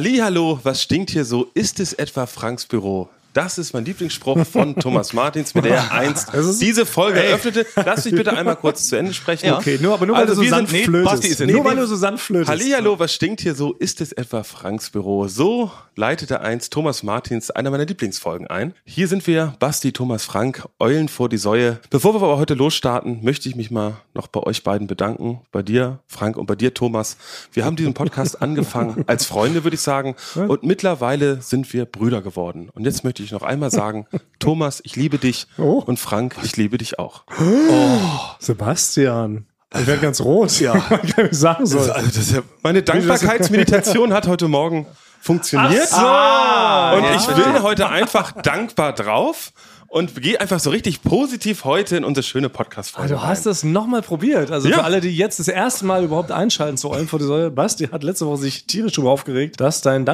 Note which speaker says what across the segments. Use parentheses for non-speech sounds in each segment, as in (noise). Speaker 1: Hallo, was stinkt hier so? Ist es etwa Franks Büro? Das ist mein Lieblingsspruch von
Speaker 2: (laughs)
Speaker 1: Thomas Martins, mit der er einst diese Folge eröffnete. Lass mich bitte einmal kurz zu Ende sprechen.
Speaker 2: Okay, nur, aber nur weil
Speaker 1: Also
Speaker 2: du so
Speaker 1: wir
Speaker 2: sanft
Speaker 1: sind- nee,
Speaker 2: flötest.
Speaker 3: Basti ist ja
Speaker 2: nur
Speaker 3: nicht-
Speaker 2: weil du so sanft flötest.
Speaker 1: Hallihallo, was stinkt hier so? Ist es etwa Franks Büro? So leitete einst Thomas Martins einer meiner Lieblingsfolgen ein. Hier sind wir, Basti, Thomas, Frank, Eulen vor die Säue. Bevor wir aber heute losstarten, möchte ich mich mal noch bei euch beiden bedanken. Bei dir, Frank, und bei dir, Thomas. Wir haben diesen
Speaker 3: (laughs)
Speaker 1: Podcast angefangen als Freunde, würde ich sagen. Und mittlerweile sind wir Brüder geworden. Und jetzt möchte ich noch einmal
Speaker 3: (laughs)
Speaker 1: sagen, Thomas, ich liebe dich.
Speaker 2: Oh.
Speaker 1: Und Frank, ich liebe dich auch.
Speaker 2: Sebastian. Ich werde ganz rot, (laughs) ja. ich gar nicht sagen soll.
Speaker 3: Also (laughs) das ist ja
Speaker 1: Meine Dankbarkeitsmeditation hat heute Morgen
Speaker 2: Ah,
Speaker 1: funktioniert. und ich bin heute einfach dankbar drauf und gehe einfach so richtig positiv heute in unsere schöne Podcast-Folge.
Speaker 2: Ah, Du Also hast das nochmal probiert. Also
Speaker 1: Ja.
Speaker 2: für alle, die jetzt das erste Mal überhaupt einschalten zu Eulen vor die Säule, Basti hat letzte Woche sich tierisch darüber aufgeregt, dass dein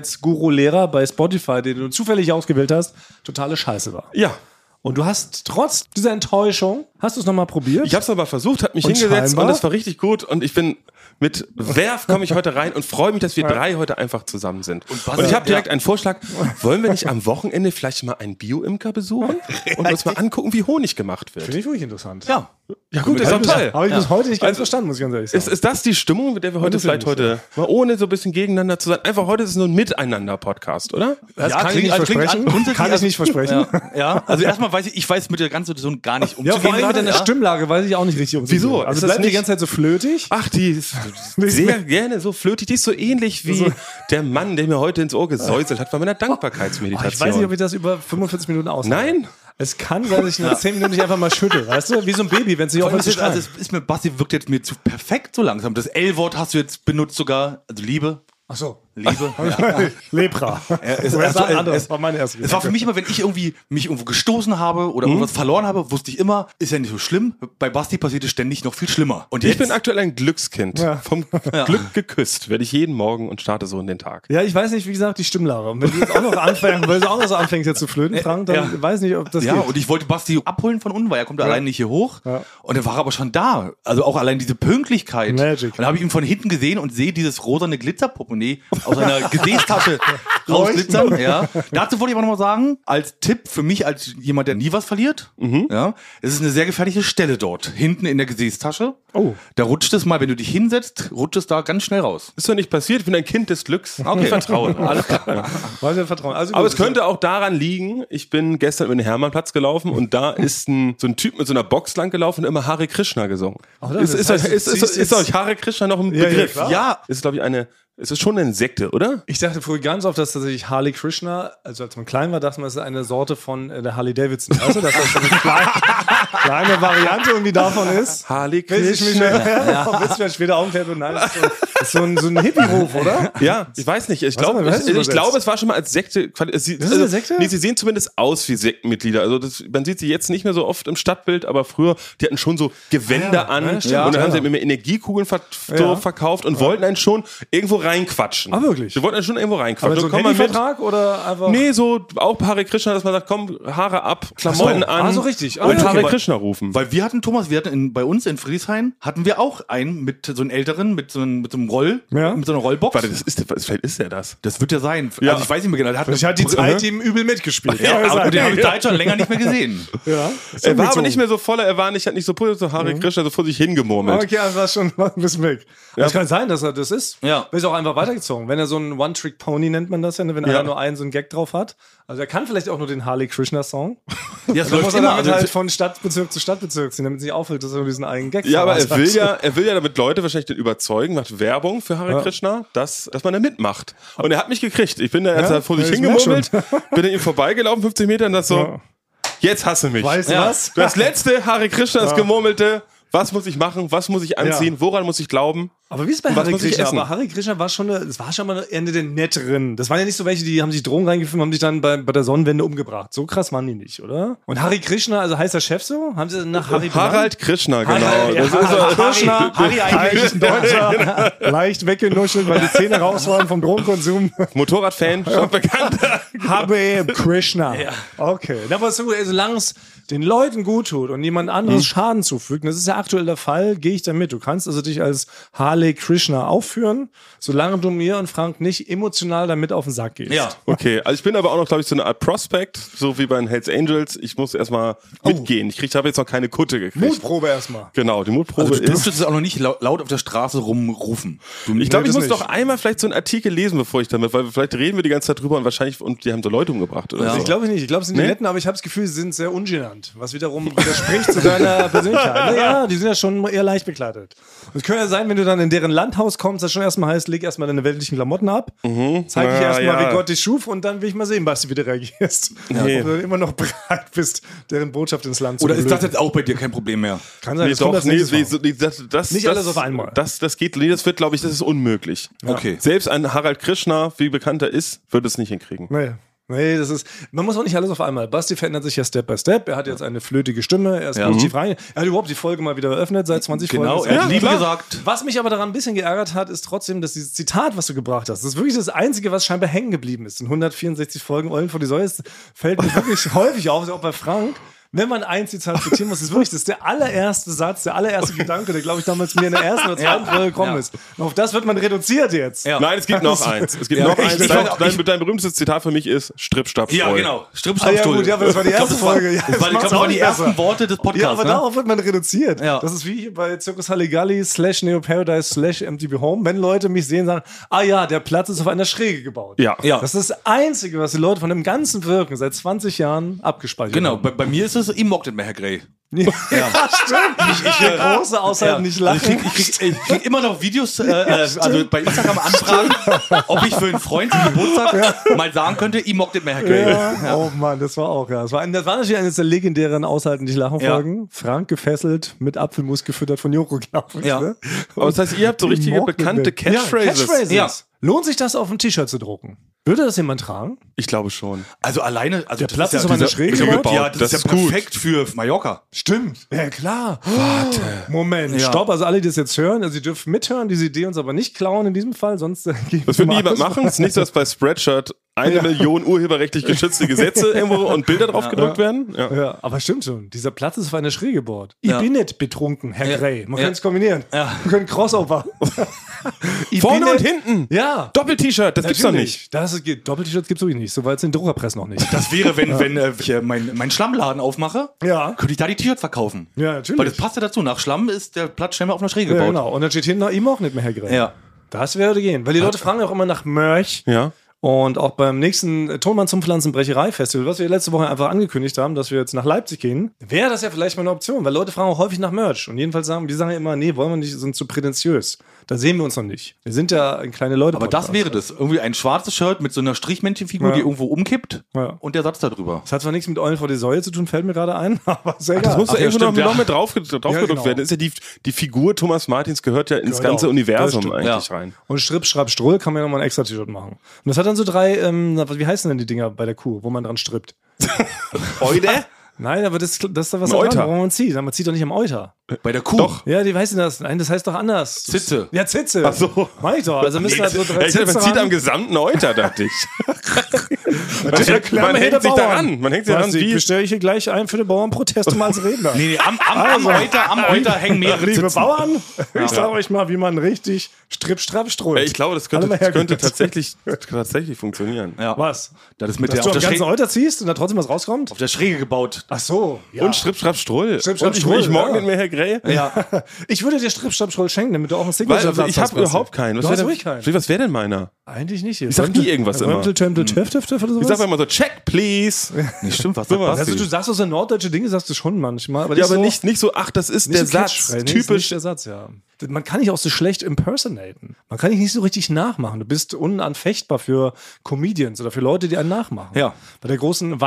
Speaker 2: Dankbarkeitsguru-Lehrer bei Spotify, den du zufällig ausgewählt hast, totale Scheiße war.
Speaker 1: rein. Ja.
Speaker 2: Und du hast trotz dieser Enttäuschung, hast du es nochmal probiert?
Speaker 1: Ich habe es nochmal versucht, habe mich
Speaker 2: Und
Speaker 1: hingesetzt
Speaker 2: scheinbar?
Speaker 1: und das war richtig gut und ich bin mit Werf komme ich heute rein und freue mich, dass wir drei heute einfach zusammen sind. Und, ich habe direkt einen Vorschlag. Wollen wir nicht am Wochenende vielleicht mal einen Bioimker besuchen und uns mal angucken, wie Honig gemacht wird?
Speaker 2: Finde ich wirklich interessant.
Speaker 3: ja.
Speaker 1: Ja gut, ist doch toll.
Speaker 2: Habe ich bis heute nicht ganz
Speaker 1: Also,
Speaker 2: verstanden, muss ich ganz ehrlich sagen.
Speaker 1: Ist, ist das die Stimmung, mit der wir heute
Speaker 2: Das ist ja
Speaker 1: vielleicht
Speaker 2: nicht
Speaker 1: heute, mal ohne so ein bisschen gegeneinander zu sein, einfach heute ist es nur ein Miteinander-Podcast, oder?
Speaker 2: Das
Speaker 3: Ja,
Speaker 2: kann ich
Speaker 3: klingt-
Speaker 2: nicht
Speaker 3: also klingt
Speaker 2: versprechen.
Speaker 3: an- grundsätzlich-
Speaker 2: kann ich nicht versprechen.
Speaker 3: Ja, (laughs) ja, also erstmal weiß ich, ich weiß mit der ganzen Situation gar nicht umzugehen.
Speaker 2: Ja, vor allem mit
Speaker 3: gerade,
Speaker 2: deiner
Speaker 3: ja.
Speaker 2: Stimmlage weiß ich auch nicht richtig umzugehen.
Speaker 1: Wieso? Ist
Speaker 2: Also
Speaker 1: das
Speaker 2: bleibt die
Speaker 1: nicht-
Speaker 2: ganze Zeit so flötig.
Speaker 1: Ach, die ist sehr gerne so flötig. Die ist so ähnlich wie der Mann, der mir heute ins Ohr gesäuselt hat bei meiner Dankbarkeitsmeditation.
Speaker 2: Oh. Ah, Ich weiß nicht, ob ich das über 45 Minuten aus.
Speaker 1: Nein.
Speaker 2: Es kann sein, dass ich nach 10 Minuten nicht einfach mal schüttel, weißt du? Wie so ein Baby, wenn es sich
Speaker 3: Vor allem
Speaker 2: aufhört
Speaker 3: ist
Speaker 2: zu
Speaker 3: jetzt,
Speaker 2: schreien.
Speaker 3: also es ist mir, Basti wirkt jetzt mir zu perfekt so langsam. Das L-Wort hast du jetzt benutzt sogar, also Liebe,
Speaker 2: Ach so. (laughs)
Speaker 3: Liebe. ja.
Speaker 2: Lepra.
Speaker 3: es-
Speaker 2: Oder
Speaker 3: es-
Speaker 2: war ein
Speaker 3: es-
Speaker 2: anderes,
Speaker 3: es-
Speaker 2: war meine erste
Speaker 3: Es war für mich immer, wenn ich irgendwie mich irgendwo gestoßen habe oder irgendwas verloren habe, wusste ich immer, ist ja nicht so schlimm. Bei Basti passiert es ständig noch viel schlimmer. Und jetzt,
Speaker 1: Ich bin aktuell ein Glückskind. Vom Glück geküsst werde ich jeden Morgen und starte so in den Tag.
Speaker 2: Ja, ich weiß nicht, wie gesagt, die Stimmlage. Und wenn du jetzt auch noch anfängst, weil du auch noch so anfängst jetzt zu (laughs) flöten, Frank, dann
Speaker 3: Ja.
Speaker 2: weiß nicht, ob das
Speaker 3: ja,
Speaker 2: geht.
Speaker 3: und ich wollte Basti abholen von unten, weil er kommt allein nicht hier hoch. Und er war aber schon da. Also auch allein diese Pünktlichkeit.
Speaker 2: Magic.
Speaker 3: Und dann habe ich ihn von hinten gesehen und sehe dieses rosane Glitzerportemonnaie
Speaker 2: (laughs)
Speaker 3: aus einer Gesäßtasche rausglitzern. Ja. Dazu wollte ich aber nochmal sagen, als Tipp für mich, als jemand, der nie was verliert,
Speaker 2: Mhm.
Speaker 3: ja, es ist eine sehr gefährliche Stelle dort, hinten in der Gesäßtasche.
Speaker 2: Oh.
Speaker 3: Da rutscht es mal, wenn du dich hinsetzt, rutscht es da ganz schnell raus.
Speaker 1: Ist doch nicht passiert, ich bin ein Kind des Glücks.
Speaker 3: Okay.
Speaker 1: Ich vertraue. Alles klar.
Speaker 2: Weil wir vertrauen. Also
Speaker 1: Aber
Speaker 2: gut,
Speaker 1: es könnte auch daran liegen, ich bin gestern über den Hermannplatz gelaufen und da ist ein, so ein Typ mit so einer Box lang gelaufen und immer Hare Krishna gesungen. ist,
Speaker 2: das
Speaker 1: ist,
Speaker 2: heißt,
Speaker 1: euch- ist,
Speaker 2: du
Speaker 1: ist,
Speaker 2: ziehst
Speaker 1: ist,
Speaker 2: jetzt-
Speaker 1: euch Hare Krishna noch ein
Speaker 2: Ja, ja,
Speaker 1: Begriff?
Speaker 2: klar.
Speaker 1: Ist, glaube ich, eine, es ist schon eine Sekte, oder?
Speaker 2: Ich dachte früher ganz oft, dass tatsächlich Harley Krishna, also als man klein war, dachte man, es ist eine Sorte von äh, der Harley Davidson. Weißt du, dass das so eine kleine, kleine Variante irgendwie davon ist?
Speaker 1: Hare
Speaker 2: Bis ich mich ja. Bis mir später aufklärt und nein, das ist so, das ist so ein, so ein Hippie-Hof, oder?
Speaker 1: Ja, ich weiß nicht. Ich
Speaker 2: haben
Speaker 1: glaube,
Speaker 2: wir
Speaker 1: ich,
Speaker 2: denn
Speaker 1: ich
Speaker 2: übersetzt?
Speaker 1: glaube, es war schon mal als Sekte. quali- es- Sie, äh,
Speaker 2: ist eine Sekte?
Speaker 1: Nee, sie sehen zumindest aus wie Sektenmitglieder. Also das, man sieht sie jetzt nicht mehr so oft im Stadtbild, aber früher, die hatten schon so Gewänder an
Speaker 2: Ah, ja, ne, stimmt.
Speaker 1: und dann
Speaker 2: Ja.
Speaker 1: haben sie immer Energiekugeln ver so
Speaker 2: Ja.
Speaker 1: verkauft und wollten einen schon irgendwo reinquatschen.
Speaker 2: Ah, wirklich?
Speaker 1: Sie wollten einen schon irgendwo reinquatschen. Also
Speaker 2: Aber so
Speaker 1: komm
Speaker 2: ein
Speaker 1: mal mit.
Speaker 2: Handyvertrag oder einfach...
Speaker 1: Nee, so auch Hare Krishna, dass man sagt, komm, Haare ab, Klamotten
Speaker 2: Ach so.
Speaker 1: an.
Speaker 2: Ah, so richtig. Ah,
Speaker 1: und
Speaker 2: ja, okay.
Speaker 1: Hare Krishna rufen.
Speaker 3: Weil wir hatten, Thomas, wir hatten in, bei uns in Friedrichshain, hatten wir auch einen mit so einem älteren, mit so einem, mit so einem Roll,
Speaker 2: Ja.
Speaker 3: mit so einer Rollbox.
Speaker 1: Warte, das ist, was- vielleicht ist der das.
Speaker 3: Das wird ja sein.
Speaker 1: Ja.
Speaker 3: Also ich weiß nicht mehr genau. Der hat
Speaker 2: Ich hatte die Zeit eben übel mitgespielt.
Speaker 3: (laughs) ja, aber den habe ich seit schon länger nicht mehr gesehen.
Speaker 2: ja.
Speaker 1: Er war aber nicht mehr so voller, er war nicht, hat nicht so pur, so
Speaker 2: Mhm.
Speaker 1: Hare Krishna, so vor sich hingemurmelt.
Speaker 2: Okay, also war schon war ein bisschen weg. Das kann sein, dass er das ist.
Speaker 3: Ja.
Speaker 2: Ist auch einfach weitergezogen. Wenn er so einen One-Trick-Pony nennt man das ja, ne? wenn
Speaker 1: Ja.
Speaker 2: einer nur einen so einen Gag drauf hat. Also er kann vielleicht auch nur den Harley Krishna-Song.
Speaker 3: Ja, das
Speaker 2: Dann muss er damit
Speaker 3: Also,
Speaker 2: halt von Stadtbezirk zu Stadtbezirk ziehen, damit es nicht auffällt, dass er nur diesen einen Gag
Speaker 1: Ja, aber er
Speaker 2: verpasst hat.
Speaker 1: will ja, er will ja damit Leute wahrscheinlich dann überzeugen, macht Werbung für Hare Krishna, dass, dass man da mitmacht. Und er hat mich gekriegt. Ich bin da erst
Speaker 2: Ja,
Speaker 1: ja, vor sich
Speaker 2: ich merk
Speaker 1: hingemurmelt,
Speaker 2: (laughs)
Speaker 1: bin an ihm vorbeigelaufen, 50 Meter, und das so, jetzt hasse mich.
Speaker 2: Weißt du
Speaker 3: Ja.
Speaker 2: was?
Speaker 1: Das letzte Hare Krishna, das gemurmelte, was muss ich machen, was muss ich anziehen, woran muss ich glauben?
Speaker 2: Aber wie ist bei
Speaker 1: Und was
Speaker 2: Hare
Speaker 1: muss ich
Speaker 2: Krishna?
Speaker 1: essen?
Speaker 2: Aber Hare Krishna war schon, eine, es war schon mal eine Ende der Netteren. Das waren ja nicht so welche, die haben sich Drogen reingeführt, haben sich dann bei, bei der Sonnenwende umgebracht. So krass waren die nicht, oder? Und Hare Krishna, also heißt der Chef so? Haben sie nach Hare
Speaker 1: Harald Krishna, genau.
Speaker 2: Harald,
Speaker 1: das
Speaker 2: ja,
Speaker 1: ist so, genau.
Speaker 2: Harald
Speaker 1: (laughs)
Speaker 3: Krishna, Harry eigentlich.
Speaker 2: Ein Deutscher, (laughs) leicht weggenuschelt, weil die Zähne raus waren vom Drogenkonsum.
Speaker 1: Motorradfan, schon bekannt.
Speaker 2: Habe Krishna. Okay. Na, Aber so, solange es den Leuten gut tut und jemand anderes Schaden zufügt, und das ist ja aktuell der Fall, gehe ich damit. Du kannst also dich als Harley Krishna aufführen, solange du mir und Frank nicht emotional damit auf den Sack gehst.
Speaker 3: Ja.
Speaker 1: Okay, also ich bin aber auch noch, glaube ich, so eine Art Prospect, so wie bei den Hells Angels. Ich muss erstmal mitgehen. Ich krieg, habe jetzt noch keine Kutte gekriegt.
Speaker 2: Oh. Mutprobe erstmal.
Speaker 1: Genau, die Mutprobe
Speaker 3: Also du
Speaker 1: ist.
Speaker 3: dürftest es auch noch nicht laut, laut auf der Straße rumrufen. Du,
Speaker 1: Ich glaube,
Speaker 2: Nee,
Speaker 1: ich
Speaker 2: das
Speaker 1: muss
Speaker 2: nicht.
Speaker 1: doch einmal vielleicht so einen Artikel lesen, bevor ich damit, weil vielleicht reden wir die ganze Zeit drüber und wahrscheinlich, und die haben so Leute umgebracht oder
Speaker 3: Ja.
Speaker 1: so.
Speaker 2: Ich glaube nicht. Ich glaube, es sind die
Speaker 1: Nee?
Speaker 2: netten, aber ich habe das Gefühl, sie sind sehr ungenannt.
Speaker 1: (laughs)
Speaker 2: Was wiederum widerspricht zu deiner Persönlichkeit. Naja, die sind ja schon eher leicht bekleidet. Es könnte ja sein, wenn du dann in deren Landhaus kommst, das schon erstmal heißt, leg erstmal deine weltlichen Klamotten ab, zeig dich
Speaker 1: Mhm. Na,
Speaker 2: erstmal,
Speaker 1: ja.
Speaker 2: wie Gott dich schuf und dann will ich mal sehen, Basti, wie du reagierst.
Speaker 1: Nee.
Speaker 2: Ob du immer noch (laughs) bereit bist, deren Botschaft ins Land zu
Speaker 3: Oder ist das
Speaker 2: blöden.
Speaker 3: jetzt auch bei dir kein Problem mehr?
Speaker 2: Kann sein,
Speaker 1: Nee,
Speaker 2: das kommt
Speaker 1: doch,
Speaker 2: als
Speaker 1: nee,
Speaker 2: nächstes
Speaker 1: nee,
Speaker 2: Mal.
Speaker 1: so, nee, das, das,
Speaker 2: Nicht
Speaker 1: das,
Speaker 2: alles auf einmal.
Speaker 1: Das, das geht, nee, das wird, glaube ich, das ist unmöglich.
Speaker 3: Okay.
Speaker 1: Selbst ein Harald Krishna, wie bekannt er ist, würde es nicht hinkriegen.
Speaker 2: Nee. Nee, das ist, man muss auch nicht alles auf einmal. Basti verändert sich ja Step by Step. Er hat jetzt eine flötige Stimme, er ist
Speaker 3: Ja. Mhm.
Speaker 2: positiv rein. Er hat überhaupt die Folge mal wieder eröffnet, seit 20
Speaker 3: Genau,
Speaker 2: Folgen.
Speaker 3: er
Speaker 1: Ja,
Speaker 3: hat Liebe
Speaker 1: klar.
Speaker 3: gesagt.
Speaker 2: Was mich aber daran ein bisschen geärgert hat, ist trotzdem, dass dieses Zitat, was du gebracht hast, das ist wirklich das Einzige, was scheinbar hängen geblieben ist. In 164 Folgen Eulen vor die Säule es fällt mir
Speaker 3: (laughs)
Speaker 2: wirklich häufig auf, auch bei Frank. Wenn man ein Zitat zitieren muss, ist wirklich das ist der allererste Satz, der
Speaker 3: (laughs)
Speaker 2: allererste Gedanke, der, glaube ich, damals mir in der ersten oder zweiten
Speaker 3: Ja.
Speaker 2: Folge gekommen
Speaker 3: Ja.
Speaker 2: ist. Und auf das wird man reduziert jetzt.
Speaker 3: Ja.
Speaker 1: Nein, es gibt noch eins. Es gibt noch
Speaker 3: ich-
Speaker 1: eins.
Speaker 3: ich-
Speaker 1: Dein,
Speaker 3: ich-
Speaker 1: dein, dein berühmtes Zitat für mich ist Strip, Stab,
Speaker 3: Ja,
Speaker 1: Streu.
Speaker 3: genau. Stripp,
Speaker 2: Ah,
Speaker 3: Stapp,
Speaker 2: ja,
Speaker 3: Stuhl.
Speaker 2: gut, ja, aber das war die
Speaker 3: Ich glaub,
Speaker 2: erste
Speaker 3: das war-
Speaker 2: Folge. Ja,
Speaker 3: das war-
Speaker 2: das
Speaker 3: Ich glaube,
Speaker 2: macht's
Speaker 3: das waren
Speaker 2: auch
Speaker 3: die
Speaker 2: nicht
Speaker 3: ersten
Speaker 2: besser.
Speaker 3: Worte des
Speaker 2: Ja, aber
Speaker 3: Podcasts. ne?
Speaker 2: darauf wird man reduziert.
Speaker 3: Ja.
Speaker 2: Das ist wie bei Circus Halligalli slash Neo Paradise slash MTV Home. Wenn Leute mich sehen, sagen, ah ja, der Platz ist auf einer Schräge gebaut.
Speaker 1: Ja.
Speaker 3: Ja.
Speaker 2: Das ist das Einzige, was die Leute von dem ganzen Wirken seit 20 Jahren abgespeichert
Speaker 3: Genau,
Speaker 2: haben. (laughs)
Speaker 3: bei, bei mir ist es, ihr mockt nicht mehr, Herr Grey.
Speaker 2: Genau. Ja, stimmt. Ich, ich, der große aushalten, nicht lachen.
Speaker 3: äh, Also ich, krieg, ich, krieg, ich krieg immer noch
Speaker 2: (laughs)
Speaker 3: Videos, äh, äh, also bei Instagram anfragen, ob ich für einen Freund zum Geburtstag mal sagen könnte, ihr mockt nicht mehr, Herr Grey.
Speaker 2: Ja. Oh Mann, das war auch, ja. Das war, ein- das war natürlich eines der legendären Aushalten, nicht lachen
Speaker 3: Ja.
Speaker 2: Folgen. Frank gefesselt, mit Apfelmus gefüttert von Joko, glaube ich.
Speaker 3: Ja.
Speaker 2: Ne?
Speaker 1: Aber das heißt, ihr habt so richtige bekannte Catchphrases.
Speaker 2: Catchphrases.
Speaker 3: Ja.
Speaker 2: Lohnt sich das auf ein T-Shirt zu drucken? Würde das jemand tragen?
Speaker 1: Ich glaube schon.
Speaker 3: Also alleine, also der
Speaker 2: Platz ist auf einer Schräge
Speaker 1: gebaut.
Speaker 3: Ja, das,
Speaker 1: Das
Speaker 3: ist
Speaker 1: ist
Speaker 3: ja
Speaker 1: gut.
Speaker 3: perfekt für Mallorca.
Speaker 2: Stimmt. Ja, klar. Warte. Moment,
Speaker 3: Ja.
Speaker 2: stopp. Also alle, die das jetzt hören, also sie dürfen mithören, diese Idee uns aber nicht klauen in diesem Fall, sonst (laughs) äh, geben
Speaker 1: Das wird
Speaker 2: wir mal
Speaker 1: niemand
Speaker 2: alles-
Speaker 1: machen. Es ist nicht so, dass bei Spreadshirt eine Million urheberrechtlich geschützte Gesetze irgendwo und Bilder drauf gedruckt werden. Ja.
Speaker 2: Ja, aber stimmt schon. Dieser Platz ist auf eine Schräge board. Ich
Speaker 3: Ja.
Speaker 2: bin nicht betrunken, Herr
Speaker 3: Ja.
Speaker 2: Grey. Man
Speaker 3: Ja.
Speaker 2: kann es kombinieren.
Speaker 3: Ja.
Speaker 2: Wir können
Speaker 3: (laughs)
Speaker 2: Crossover. Ich
Speaker 1: Vorne
Speaker 2: bin
Speaker 1: und
Speaker 2: nicht-
Speaker 1: hinten.
Speaker 2: Ja.
Speaker 1: Doppel-T-Shirt, das gibt's doch nicht.
Speaker 2: Natürlich. Das gibt Doppel-T-Shirts gibt's wirklich nicht. Soweit sind Druckerpress noch
Speaker 3: (laughs)
Speaker 2: nicht.
Speaker 3: Das wäre, wenn, wenn äh, ich äh, mein, meinen Schlammladen aufmache,
Speaker 2: Ja.
Speaker 3: könnte ich da die T-Shirts verkaufen.
Speaker 2: Ja, natürlich.
Speaker 3: Weil das passt ja dazu. Nach Schlamm ist der Platz scheinbar auf einer Schräge
Speaker 2: Ja,
Speaker 3: gebaut.
Speaker 2: genau. Und dann steht hinten noch ihm auch nicht mehr Herr Grell.
Speaker 3: Ja.
Speaker 2: Das würde gehen. Weil die Leute fragen ja auch immer nach Merch.
Speaker 1: Ja.
Speaker 2: Und auch beim nächsten äh, Tonmann zum Pflanzenbrecherei-Festival, was wir letzte Woche einfach angekündigt haben, dass wir jetzt nach Leipzig gehen, wäre das ja vielleicht mal eine Option, weil Leute fragen auch häufig nach Merch. Und jedenfalls sagen, die sagen ja immer, nee, wollen wir nicht, sind zu prätentiös. Da sehen wir uns noch nicht. Wir sind ja ein kleine Leute.
Speaker 3: Aber das wäre das. Irgendwie ein schwarzes Shirt mit so einer Strichmännchenfigur,
Speaker 2: Ja.
Speaker 3: die irgendwo umkippt
Speaker 2: Ja.
Speaker 3: und der Satz darüber.
Speaker 2: Das hat zwar nichts mit Eulen vor die Säule zu tun, fällt mir gerade ein, (laughs) aber ist ja egal.
Speaker 1: Das muss
Speaker 3: Ach
Speaker 1: ja
Speaker 3: ja,
Speaker 1: irgendwo noch,
Speaker 3: stimmt, ja.
Speaker 1: noch mit drauf, drauf gedruckt
Speaker 2: genau.
Speaker 1: werden. Das Ist ja die, die Figur Thomas Martins gehört ja ins
Speaker 2: Gehört
Speaker 1: ganze
Speaker 2: auch.
Speaker 1: Universum
Speaker 2: Das stimmt,
Speaker 1: eigentlich
Speaker 3: ja.
Speaker 1: rein.
Speaker 2: Und Strip, Schrapp, Strull kann man ja nochmal ein extra T-Shirt machen. Und das hat dann so drei, ähm, wie heißen denn die Dinger bei der Kuh, wo man dran strippt?
Speaker 1: (laughs)
Speaker 3: Heute?
Speaker 2: Nein, aber das, das ist doch was
Speaker 1: Ein
Speaker 2: da
Speaker 1: Euter.
Speaker 2: dran, warum man zieht. Man zieht doch nicht am Euter.
Speaker 3: Bei der Kuh.
Speaker 1: Doch.
Speaker 2: Ja, die weiß denn das? Nein, das heißt doch anders.
Speaker 3: Zitze.
Speaker 2: Ja, Zitze.
Speaker 1: Ach so.
Speaker 2: Mach ich doch.
Speaker 1: (laughs)
Speaker 2: Also müssen halt so drei
Speaker 1: Ja, ich dachte, man
Speaker 2: Zitze
Speaker 1: zieht
Speaker 2: ran.
Speaker 1: am gesamten Euter, dachte
Speaker 2: (laughs)
Speaker 1: ich. man,
Speaker 2: Klammer
Speaker 1: man
Speaker 2: hinter
Speaker 1: hängt sich
Speaker 2: Bauern.
Speaker 1: daran. Man hängt sich daran,
Speaker 2: Basti,
Speaker 1: wie
Speaker 2: bestell ich hier gleich ein für den Bauernprotest mal als
Speaker 1: (laughs)
Speaker 2: Redner.
Speaker 3: Nee, nee, am, am, am Euter, am Euter hängen mehrere
Speaker 2: Also, Liebe
Speaker 3: Zitzen.
Speaker 2: Bauern, ich sage euch mal, wie man richtig Strip, Strap, Strull.
Speaker 1: Ja, Ich glaube, das
Speaker 2: Alle
Speaker 1: könnte,
Speaker 2: mal
Speaker 1: das könnte
Speaker 2: hergeholt.
Speaker 1: tatsächlich, tatsächlich funktionieren.
Speaker 2: (laughs)
Speaker 3: Ja.
Speaker 2: Was?
Speaker 3: Das ist mit
Speaker 2: Dass
Speaker 3: der,
Speaker 2: du
Speaker 3: auf,
Speaker 2: am
Speaker 3: der
Speaker 2: ganzen
Speaker 3: Schräge,
Speaker 2: Euter ziehst und da trotzdem was rauskommt?
Speaker 3: auf der Schräge gebaut.
Speaker 2: Ach so. Ja.
Speaker 1: Und Strip, Schrapp, Strull.
Speaker 2: Strip, Strapp,
Speaker 1: Und ich,
Speaker 2: Strull,
Speaker 1: ich morgen
Speaker 2: ja.
Speaker 1: nicht mehr, Herr Grey.
Speaker 3: Ja.
Speaker 2: (laughs) Ich würde dir Strip, Strap, Strull schenken, damit du auch ein Single
Speaker 1: Weil, also, ich habe überhaupt keinen.
Speaker 2: Du
Speaker 1: wär
Speaker 2: hast
Speaker 1: denn-
Speaker 2: ruhig keinen.
Speaker 1: Was wäre denn meiner?
Speaker 2: Eigentlich nicht. Ich
Speaker 1: sag nie irgendwas immer.
Speaker 2: Römpel, Tömpel, Töff, Töff, Töff oder sowas?
Speaker 1: Ich sag immer so, check, please.
Speaker 3: Nicht stimmt, was sagt
Speaker 1: mal,
Speaker 3: Basti?
Speaker 2: Also du sagst auch so norddeutsche Dinge, sagst du schon manchmal. Aber,
Speaker 1: Ja,
Speaker 2: das
Speaker 1: aber
Speaker 2: so-
Speaker 1: nicht, nicht so, ach, das ist
Speaker 2: nicht
Speaker 1: der
Speaker 2: so
Speaker 1: Satz.
Speaker 2: catchphrase, ist
Speaker 1: Typisch.
Speaker 2: nicht der Satz, ja. Man kann dich auch so schlecht impersonaten. Man kann dich nicht so richtig nachmachen. Du bist unanfechtbar für Comedians oder für Leute, die einen nachmachen.
Speaker 3: Ja.
Speaker 2: Bei der großen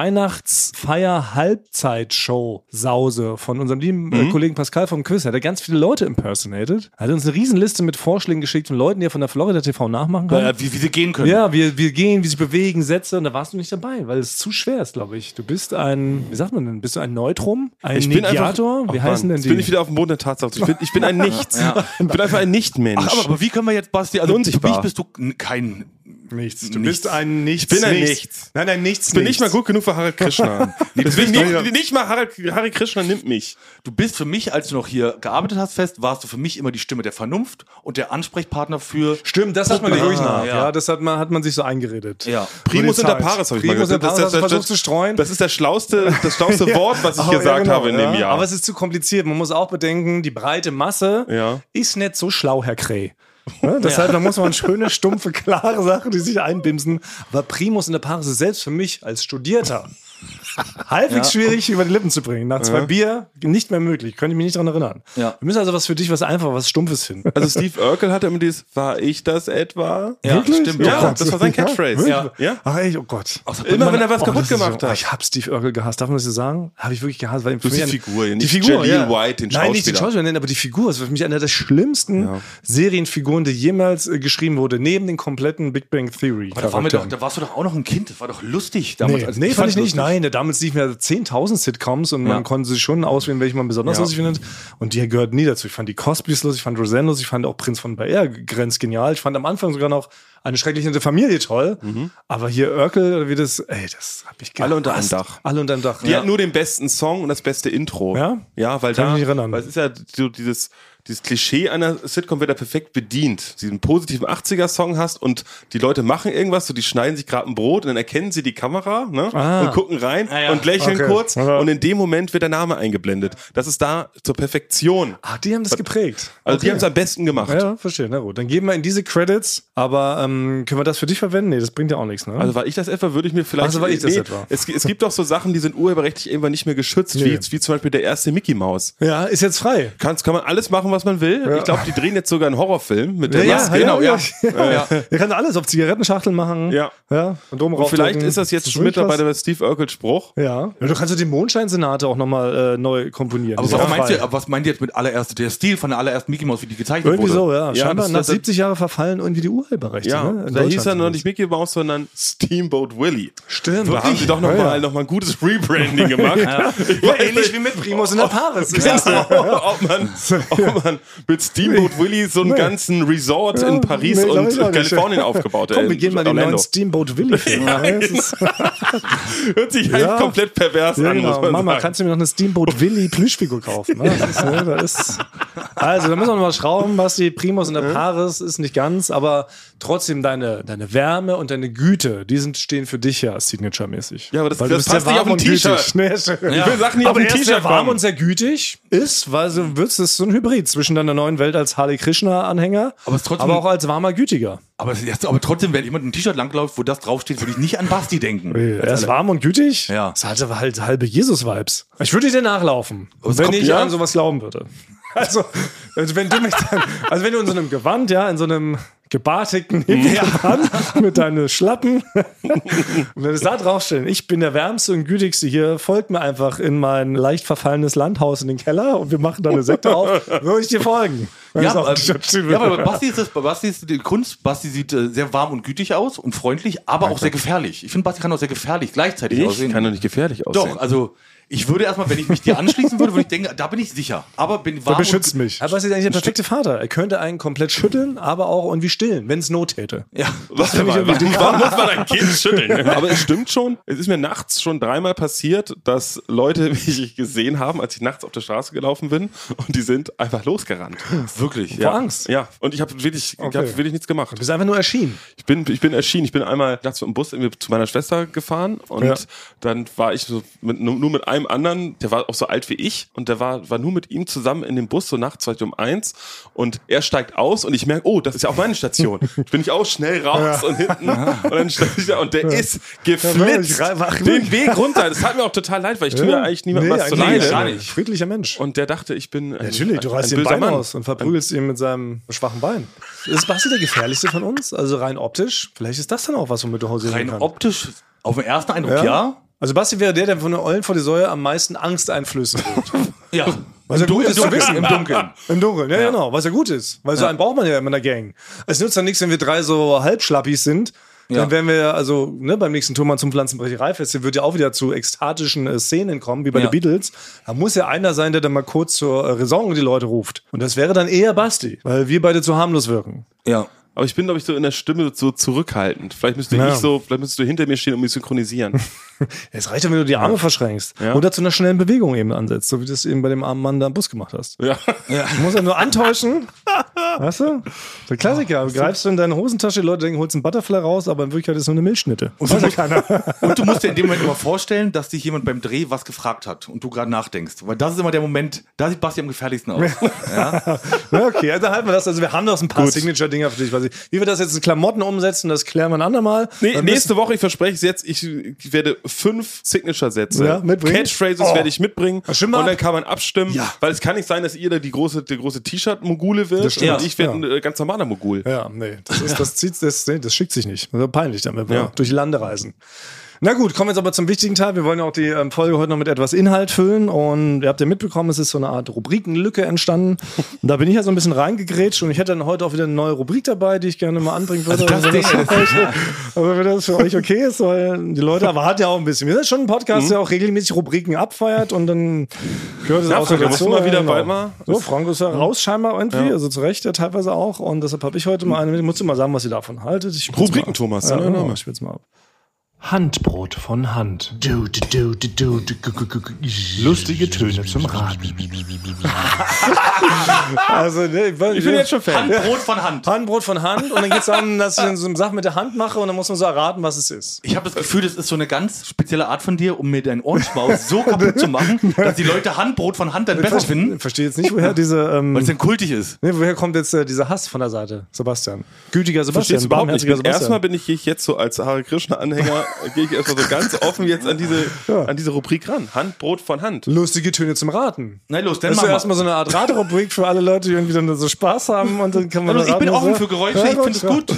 Speaker 2: Weihnachtsfeier-Halbzeitshow-Sause von unserem lieben
Speaker 1: Mhm.
Speaker 2: äh, Kollegen Pascal vom Quiz hat er ganz viele Leute impersonated. Er hat uns eine Riesenliste mit Vorschlägen geschickt von Leuten, die er von der Florida TV nachmachen kann.
Speaker 3: Äh, wie, wie sie gehen können.
Speaker 2: Ja, wir, wir gehen, wie sie bewegen, Sätze und da warst du nicht dabei, weil es zu schwer ist, glaube ich. Du bist ein, wie sagt man denn, bist du ein Neutrum? Ein
Speaker 1: Ich bin einfach,
Speaker 2: Mediator?
Speaker 1: Ach,
Speaker 2: wie
Speaker 1: Mann,
Speaker 2: heißen denn
Speaker 1: jetzt
Speaker 2: die?
Speaker 1: bin ich wieder auf dem Boden der Tatsache. Ich bin, ich
Speaker 2: (laughs)
Speaker 1: bin ein Nichts. Ich bin einfach ein Nichtmensch.
Speaker 3: Ach, aber, aber wie können wir jetzt, Basti, also
Speaker 1: Unsichtbar.
Speaker 3: für mich bist du n- kein
Speaker 2: Nichts. Du
Speaker 3: Nichts.
Speaker 2: bist ein Nichts.
Speaker 1: bin ein Nichts.
Speaker 2: Nein, ein Nichts.
Speaker 1: Ich bin nicht mal gut genug für Harald
Speaker 2: (laughs)
Speaker 1: Krishna. Deswegen
Speaker 3: bist
Speaker 1: nie,
Speaker 3: doch-
Speaker 1: nicht mal Harald, Harry Krishna nimmt mich.
Speaker 3: Du bist für mich, als du noch hier gearbeitet hast, fest, warst du für mich immer die Stimme der Vernunft und der Ansprechpartner für.
Speaker 2: Stimmt, das hat man
Speaker 3: Probleme.
Speaker 2: wirklich nach.
Speaker 3: Ah,
Speaker 2: Ja.
Speaker 3: ja.
Speaker 2: das hat man, hat man sich so eingeredet.
Speaker 3: Ja.
Speaker 1: Primus
Speaker 2: Über die
Speaker 1: inter
Speaker 2: Zeit.
Speaker 1: pares habe ich mal
Speaker 2: Primus
Speaker 1: gesagt.
Speaker 2: inter pares,
Speaker 1: Das ist der-
Speaker 2: versucht zu streuen.
Speaker 1: Das ist das schlauste, das schlauste
Speaker 2: (laughs)
Speaker 1: Wort, was ich
Speaker 2: Oh, ja,
Speaker 1: gesagt
Speaker 2: genau,
Speaker 1: habe in dem
Speaker 2: ja.
Speaker 1: Jahr.
Speaker 2: Aber es ist zu kompliziert. Man muss auch bedenken, die breite Masse
Speaker 1: Ja.
Speaker 2: ist nicht so schlau, Herr Kreh.
Speaker 1: (laughs)
Speaker 2: Ne? Deshalb, da muss man schöne, stumpfe, klare Sachen, die sich einbimsen. Aber Primus in der Paris ist selbst für mich
Speaker 1: (laughs)
Speaker 2: als Studierter halbwegs schwierig über die Lippen zu bringen. Nach zwei Bier nicht mehr möglich. Könnte ich mich nicht daran erinnern.
Speaker 3: Ja.
Speaker 2: Wir müssen also was für dich, was einfach, was Stumpfes finden.
Speaker 1: also Steve Urkel hatte immer dieses, war ich das etwa?
Speaker 3: Ja,
Speaker 2: Wirklich?
Speaker 3: stimmt.
Speaker 1: Ja,
Speaker 2: Oh Gott.
Speaker 1: das war sein Catchphrase.
Speaker 2: Ja.
Speaker 1: Ja.
Speaker 2: Ach, echt, oh Gott.
Speaker 1: Immer wenn er was
Speaker 2: Oh,
Speaker 1: kaputt
Speaker 2: das ist
Speaker 1: gemacht
Speaker 2: so, oh,
Speaker 1: hat.
Speaker 2: Ich hab Steve Urkel gehasst, darf man das so sagen? Habe ich wirklich gehasst, weil für
Speaker 1: ist die
Speaker 2: mich ein-
Speaker 1: Figur,
Speaker 2: die
Speaker 1: nicht
Speaker 2: Figur,
Speaker 1: Jaleel
Speaker 2: ja.
Speaker 1: White, den
Speaker 2: Nein, nicht den
Speaker 1: Schauspieler.
Speaker 2: Schauspieler nennen, aber die Figur ist für mich einer der schlimmsten Serienfiguren, die jemals äh, geschrieben wurde, neben den kompletten Big Bang Theory.
Speaker 3: Da, waren wir doch, da warst du doch auch noch ein Kind. Das war doch lustig damals.
Speaker 2: Nee,
Speaker 3: als-
Speaker 2: nee fand ich nicht.
Speaker 3: lustig.
Speaker 2: Nein, da damals lief mir 10.000 Sitcoms und man konnte sich schon auswählen, welche man besonders
Speaker 3: Ja.
Speaker 2: lustig findet. Und die gehört nie dazu. Ich fand die Cosbys lustig, ich fand Roseanne lustig, ich fand auch Prinz von Bel-Air grenzgenial. Ich fand am Anfang sogar noch eine schrecklich nette Familie toll. Aber hier Urkel, oder wie das, ey, das hab ich
Speaker 1: Mhm. Alle unter einem
Speaker 2: gehasst.
Speaker 1: Dach.
Speaker 2: Alle unter einem Dach.
Speaker 1: Die hat nur den besten Song und das beste Intro.
Speaker 2: Ja?
Speaker 1: Ja, weil
Speaker 2: Kann
Speaker 1: da,
Speaker 2: mich nicht erinnern.
Speaker 1: weil es ist ja so dieses, dieses Klischee einer Sitcom wird da perfekt bedient. Diesen positiven 80er-Song hast und die Leute machen irgendwas, so die schneiden sich gerade ein Brot und dann erkennen sie die Kamera ne,
Speaker 2: Ah.
Speaker 1: und gucken rein
Speaker 3: ja.
Speaker 1: und lächeln
Speaker 2: Okay.
Speaker 1: kurz
Speaker 2: Ja.
Speaker 1: und in dem Moment wird der Name eingeblendet. Das ist da zur Perfektion.
Speaker 2: Ah, die haben das geprägt.
Speaker 1: Also die
Speaker 2: Okay.
Speaker 1: haben es am besten gemacht.
Speaker 2: Ja, verstehe. Na gut, dann geben wir in diese Credits. Aber ähm, können wir das für dich verwenden? Nee, das bringt ja auch nichts, ne?
Speaker 1: Also war ich das etwa, würde ich mir vielleicht.
Speaker 2: Also war ich das etwa.
Speaker 1: Es, es gibt doch so Sachen, die sind urheberrechtlich irgendwann nicht mehr geschützt,
Speaker 2: Nee.
Speaker 1: wie, wie zum Beispiel der erste Mickey Mouse.
Speaker 2: ja, ist jetzt frei.
Speaker 1: Kannst, kann man alles machen, was man will. Ich glaube, die drehen jetzt sogar einen Horrorfilm mit der Maske.
Speaker 2: genau,
Speaker 1: genau,
Speaker 2: ja. ja. Wir können alles auf Zigarettenschachteln machen.
Speaker 1: Ja.
Speaker 2: ja. Und drum
Speaker 1: Und vielleicht ist das jetzt schon mittlerweile bei Steve Urkels Spruch.
Speaker 2: Ja. ja. Du kannst ja den Mondscheinsenate auch nochmal äh, neu komponieren.
Speaker 3: Aber
Speaker 2: Die
Speaker 3: was,
Speaker 2: sind
Speaker 3: meinst
Speaker 2: frei.
Speaker 3: du, aber was meint ihr jetzt mit allererst? Der Stil von der allerersten Mickey Mouse, wie die gezeichnet
Speaker 2: Irgendwie so,
Speaker 3: wurde?
Speaker 2: ja.
Speaker 1: Ja,
Speaker 2: Scheinbar
Speaker 1: das-
Speaker 2: nach
Speaker 1: das-
Speaker 2: 70 Jahren verfallen irgendwie die Urheberrechte.
Speaker 1: Ja,
Speaker 2: ne? In
Speaker 1: da hieß er
Speaker 2: Deutschland
Speaker 1: noch nicht Mickey Mouse, sondern Steamboat Willie.
Speaker 2: Stimmt.
Speaker 1: Da haben sie doch nochmal
Speaker 2: Ja,
Speaker 1: noch
Speaker 2: ja.
Speaker 1: mal- noch mal ein gutes
Speaker 2: (laughs)
Speaker 1: Rebranding gemacht. Ich
Speaker 2: Ja,
Speaker 1: weiß
Speaker 2: ähnlich
Speaker 1: nicht,
Speaker 2: wie mit Primus in der Paris.
Speaker 1: (laughs) Genau, ob, man, ob man mit Steamboat Willie so einen
Speaker 2: Nee.
Speaker 1: ganzen Resort in
Speaker 2: Ja,
Speaker 1: Paris
Speaker 2: nee, glaub
Speaker 1: und
Speaker 2: ich auch nicht.
Speaker 1: Kalifornien aufgebaut hat.
Speaker 2: Komm, wir gehen mal den
Speaker 1: Orlando. genau.
Speaker 2: neuen
Speaker 1: (laughs)
Speaker 2: Steamboat Willy-Film. Ja, das ist-
Speaker 1: Hört sich halt
Speaker 2: Ja.
Speaker 1: komplett pervers
Speaker 2: Ja,
Speaker 1: an, muss
Speaker 2: genau.
Speaker 1: man
Speaker 2: Mama,
Speaker 1: sagen.
Speaker 2: kannst du mir noch eine Steamboat Willy Plüschfigur kaufen? Ne? Das ist, ne, da ist, also, da müssen wir nochmal schrauben, Basti. Primus in der Paris ist nicht ganz, aber trotzdem deine, deine Wärme und deine Güte, die sind, stehen für dich ja Signature-mäßig.
Speaker 1: Ja, aber das-
Speaker 2: Weil du
Speaker 1: das
Speaker 2: bist
Speaker 1: passt
Speaker 2: ja
Speaker 1: nicht auf
Speaker 2: warm
Speaker 1: ein
Speaker 2: und
Speaker 1: T-Shirt.
Speaker 2: gütig. (laughs) Nee, ist schön.
Speaker 1: Ich will Sachen nicht
Speaker 2: Aber
Speaker 1: auf den
Speaker 2: er ist sehr
Speaker 1: T-Shirt
Speaker 2: warm
Speaker 1: kommen.
Speaker 2: und sehr gütig ist, weil du wirst, das ist so ein Hybrid zwischen deiner neuen Welt als Harley Krishna-Anhänger,
Speaker 3: Aber es ist trotzdem-
Speaker 2: aber auch als warmer Gütiger.
Speaker 3: Aber, es- jetzt- aber trotzdem, wenn jemand ein T-Shirt langläuft, wo das draufsteht, würde ich nicht an Basti denken.
Speaker 2: Er ist warm und gütig.
Speaker 3: Ja.
Speaker 2: Das hatte halt halbe Jesus-Vibes. Ich würde dir nachlaufen, wenn
Speaker 3: kommt-
Speaker 2: ich
Speaker 1: ja?
Speaker 2: an sowas glauben würde. (laughs) Also, also wenn du mich dann, also wenn du in so einem Gewand, ja, in so einem gebartigten (laughs) Gewand mit deinen Schlappen und wenn es da draufstehen, ich bin der wärmste und gütigste hier, folgt mir einfach in mein leicht verfallenes Landhaus in den Keller und wir machen da eine Sekte auf, (laughs) würde ich dir folgen. Wenn
Speaker 3: Ja,
Speaker 2: es auf
Speaker 3: aber, ähm,
Speaker 2: dem T-Shirt stehen
Speaker 3: ja, aber
Speaker 2: würde.
Speaker 3: bei Basti ist das, bei Basti ist die Kunst, Basti sieht äh, sehr warm und gütig aus und freundlich, aber auch sehr gefährlich. Ich finde, Basti kann auch sehr gefährlich gleichzeitig aussehen.
Speaker 1: Ich kann doch nicht gefährlich aussehen.
Speaker 3: Doch, also ich würde erstmal, wenn ich mich dir anschließen würde, würde ich denken, da bin ich sicher. Aber bin warm.
Speaker 2: Er beschützt
Speaker 3: und,
Speaker 2: mich. Aber was ist eigentlich der perfekte Vater? Er könnte einen komplett schütteln, aber auch irgendwie stillen, wenn es Not täte.
Speaker 3: (laughs) Ja.
Speaker 1: Warte mal, warum warum muss man ein Kind schütteln? (laughs) Aber es stimmt schon. Es ist mir nachts schon dreimal passiert, dass Leute (laughs) mich gesehen haben, als ich nachts auf der Straße gelaufen bin und die sind einfach losgerannt.
Speaker 3: Wirklich.
Speaker 1: Ja.
Speaker 2: Angst?
Speaker 1: Ja, und ich habe wirklich, ich hab wirklich nichts gemacht.
Speaker 2: Du bist einfach nur erschienen.
Speaker 1: Ich bin, ich bin erschienen. Ich bin einmal nachts mit dem Bus irgendwie zu meiner Schwester gefahren und
Speaker 2: Ja.
Speaker 1: dann war ich so mit, nur, nur mit einem anderen, der war auch so alt wie ich und der war, war nur mit ihm zusammen in dem Bus, so nachts, vielleicht um eins und er steigt aus und ich merke, oh, das ist ja auch meine
Speaker 2: (laughs)
Speaker 1: Station. Ich bin ich auch schnell raus und hinten und dann steig ich da und der ist geflitzt
Speaker 2: Ja, wirklich, wach
Speaker 1: den Weg runter. Das hat mir auch total leid, weil ich tue ja eigentlich niemandem was zu
Speaker 3: eigentlich
Speaker 1: leiden.
Speaker 3: nicht. gar nicht.
Speaker 2: Friedlicher Mensch.
Speaker 1: Und der dachte, ich bin ein,
Speaker 2: Natürlich, du
Speaker 1: ein,
Speaker 2: reißt
Speaker 1: ein
Speaker 2: ihm ein
Speaker 1: böser
Speaker 2: Bein
Speaker 1: Mann.
Speaker 2: aus und verprügelst ihn mit seinem schwachen Bein. Ist Basti der gefährlichste von uns? Also rein optisch? Vielleicht ist das dann auch was, womit du hausieren
Speaker 3: Rein
Speaker 2: kannst.
Speaker 3: optisch, auf den ersten Eindruck, ja. Ja.
Speaker 2: Also Basti wäre der, der von der Eulen vor die Säue am meisten Angst einflößen wird. Was ja
Speaker 3: Im
Speaker 2: gut ist zu
Speaker 3: Dunkeln,
Speaker 2: wissen.
Speaker 3: im Dunkeln.
Speaker 2: (laughs) Im Dunkeln, ja, genau. Was ja gut ist. Weil so einen braucht man ja immer in der Gang. Es nützt ja nichts, wenn wir drei so halbschlappis sind. Dann
Speaker 3: Ja.
Speaker 2: werden wir, also ne, beim nächsten Tour mal zum Pflanzenbrecherei-Festival wird ja auch wieder zu ekstatischen äh, Szenen kommen, wie bei
Speaker 3: Ja.
Speaker 2: den Beatles. Da muss ja einer sein, der dann mal kurz zur äh, Raison die Leute ruft. Und das wäre dann eher Basti, weil wir beide zu harmlos wirken.
Speaker 3: Ja.
Speaker 1: Aber ich bin, glaube ich, so in der Stimme so zurückhaltend. Vielleicht müsste
Speaker 2: Ja.
Speaker 1: ich so, vielleicht müsstest du hinter mir stehen und mich
Speaker 2: (laughs)
Speaker 1: synchronisieren.
Speaker 2: Es reicht ja, wenn du die Arme verschränkst
Speaker 1: Ja.
Speaker 2: oder zu einer schnellen Bewegung eben ansetzt, so wie du es eben bei dem armen Mann da am Bus gemacht hast.
Speaker 1: ja.
Speaker 2: Du musst ja nur antäuschen. (laughs) weißt du? Der Klassiker. greifst du in deine Hosentasche, die Leute denken, holst einen Butterfly raus, aber in Wirklichkeit ist es nur eine Milchschnitte.
Speaker 3: Und du, musst, und du musst dir in dem Moment immer vorstellen, dass dich jemand beim Dreh was gefragt hat und du gerade nachdenkst. Weil das ist immer der Moment, da sieht Basti am gefährlichsten (laughs) aus.
Speaker 2: (laughs) Ja, okay, also halten wir das. Also wir haben noch ein paar
Speaker 1: Gut.
Speaker 2: Signature-Dinger für dich. Weiß ich. Wie wir das jetzt in Klamotten umsetzen, das klären wir ein andermal.
Speaker 1: Nee,
Speaker 2: Dann
Speaker 1: nächste Woche, ich verspreche es jetzt, ich werde fünf Signature-Sätze,
Speaker 2: Ja, mitbringen?
Speaker 1: Catchphrases
Speaker 2: Oh.
Speaker 1: werde ich mitbringen
Speaker 2: Stimmt mal
Speaker 1: und dann
Speaker 2: ab.
Speaker 1: kann man abstimmen,
Speaker 3: Ja.
Speaker 1: weil es kann nicht sein, dass ihr da die große, die große T-Shirt-Mogule wird
Speaker 2: Das stimmt.
Speaker 1: und ich werde
Speaker 2: Ja.
Speaker 1: ein äh, ganz normaler Mogul.
Speaker 2: Ja, nee, das, ist, das, zieht, das, nee, das schickt sich nicht. Das ist peinlich, dann, wenn wir
Speaker 1: Ja.
Speaker 2: durch die Lande reisen. Na gut, kommen wir jetzt aber zum wichtigen Teil. Wir wollen ja auch die ähm, Folge heute noch mit etwas Inhalt füllen. Und ihr habt ja mitbekommen, es ist so eine Art Rubrikenlücke entstanden. Und da bin ich ja so ein bisschen reingegrätscht und ich hätte dann heute auch wieder eine neue Rubrik dabei, die ich gerne mal anbringen würde.
Speaker 3: Also das
Speaker 2: wenn, das
Speaker 3: Ding
Speaker 2: für euch, also wenn das für euch okay ist, weil die Leute erwarten ja auch ein bisschen. Wir sind schon ein Podcast,
Speaker 1: Mhm.
Speaker 2: der auch regelmäßig Rubriken abfeiert und dann gehört es
Speaker 1: Ja,
Speaker 2: auch so
Speaker 1: Frank, da musst
Speaker 2: dazu.
Speaker 1: du mal wieder
Speaker 2: Ja, genau.
Speaker 1: bald mal-
Speaker 2: So, Franco ist ja raus scheinbar irgendwie, also zu Recht ja teilweise auch. Und deshalb habe ich heute mal eine, ich muss dir mal sagen, was ihr davon haltet. Ich spiel's
Speaker 1: Rubriken,
Speaker 2: mal ab.
Speaker 1: Thomas,
Speaker 2: Ja,
Speaker 1: ja,
Speaker 2: genau,
Speaker 1: genau.
Speaker 2: ich spiel's mal ab. Handbrot von Hand.
Speaker 4: Lustige Töne zum Raten.
Speaker 2: (laughs) Also, ne, ich,
Speaker 1: Ich bin jetzt schon Fan.
Speaker 3: Handbrot von Hand.
Speaker 2: Handbrot von Hand und dann geht's darum, dass ich dann so eine Sache mit der Hand mache und dann muss man so erraten, was es ist.
Speaker 3: Ich habe das Gefühl, das ist so eine ganz spezielle Art von dir, um mir deinen Ohrenschmaus so kaputt zu machen, dass die Leute Handbrot von Hand dann besser finden,
Speaker 2: Ich verstehe jetzt nicht, woher diese ähm,
Speaker 3: weil es dann kultig ist.
Speaker 2: Nee, woher kommt jetzt äh, dieser Hass von der Seite, Sebastian? Gütiger Sebastian,
Speaker 1: Verstehst du überhaupt nicht. Ich
Speaker 2: barmherziger
Speaker 1: bin- Erstmal
Speaker 2: Sebastian.
Speaker 1: bin ich, gehe ich jetzt so als Hare
Speaker 2: (laughs)
Speaker 1: Krishna-Anhänger, gehe ich erstmal so ganz offen jetzt an diese, an diese Rubrik ran. Handbrot von Hand.
Speaker 2: Lustige Töne zum Raten.
Speaker 3: Na los, dann
Speaker 2: Das ist
Speaker 3: mach
Speaker 2: ja
Speaker 3: mal.
Speaker 2: erstmal so eine Art Raterubrik für alle Leute, die irgendwie dann so Spaß haben und dann kann man.
Speaker 3: Na los, ich
Speaker 2: raten,
Speaker 3: bin
Speaker 2: was
Speaker 3: offen
Speaker 2: ist.
Speaker 3: für Geräusche,
Speaker 2: Ja,
Speaker 3: ich finde es
Speaker 2: ja.
Speaker 3: gut.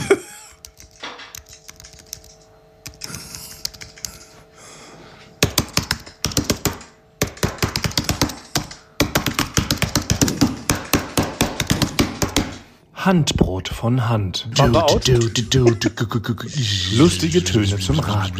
Speaker 4: Handbrot von Hand.
Speaker 2: wir out?
Speaker 4: Lustige Töne zum Raten.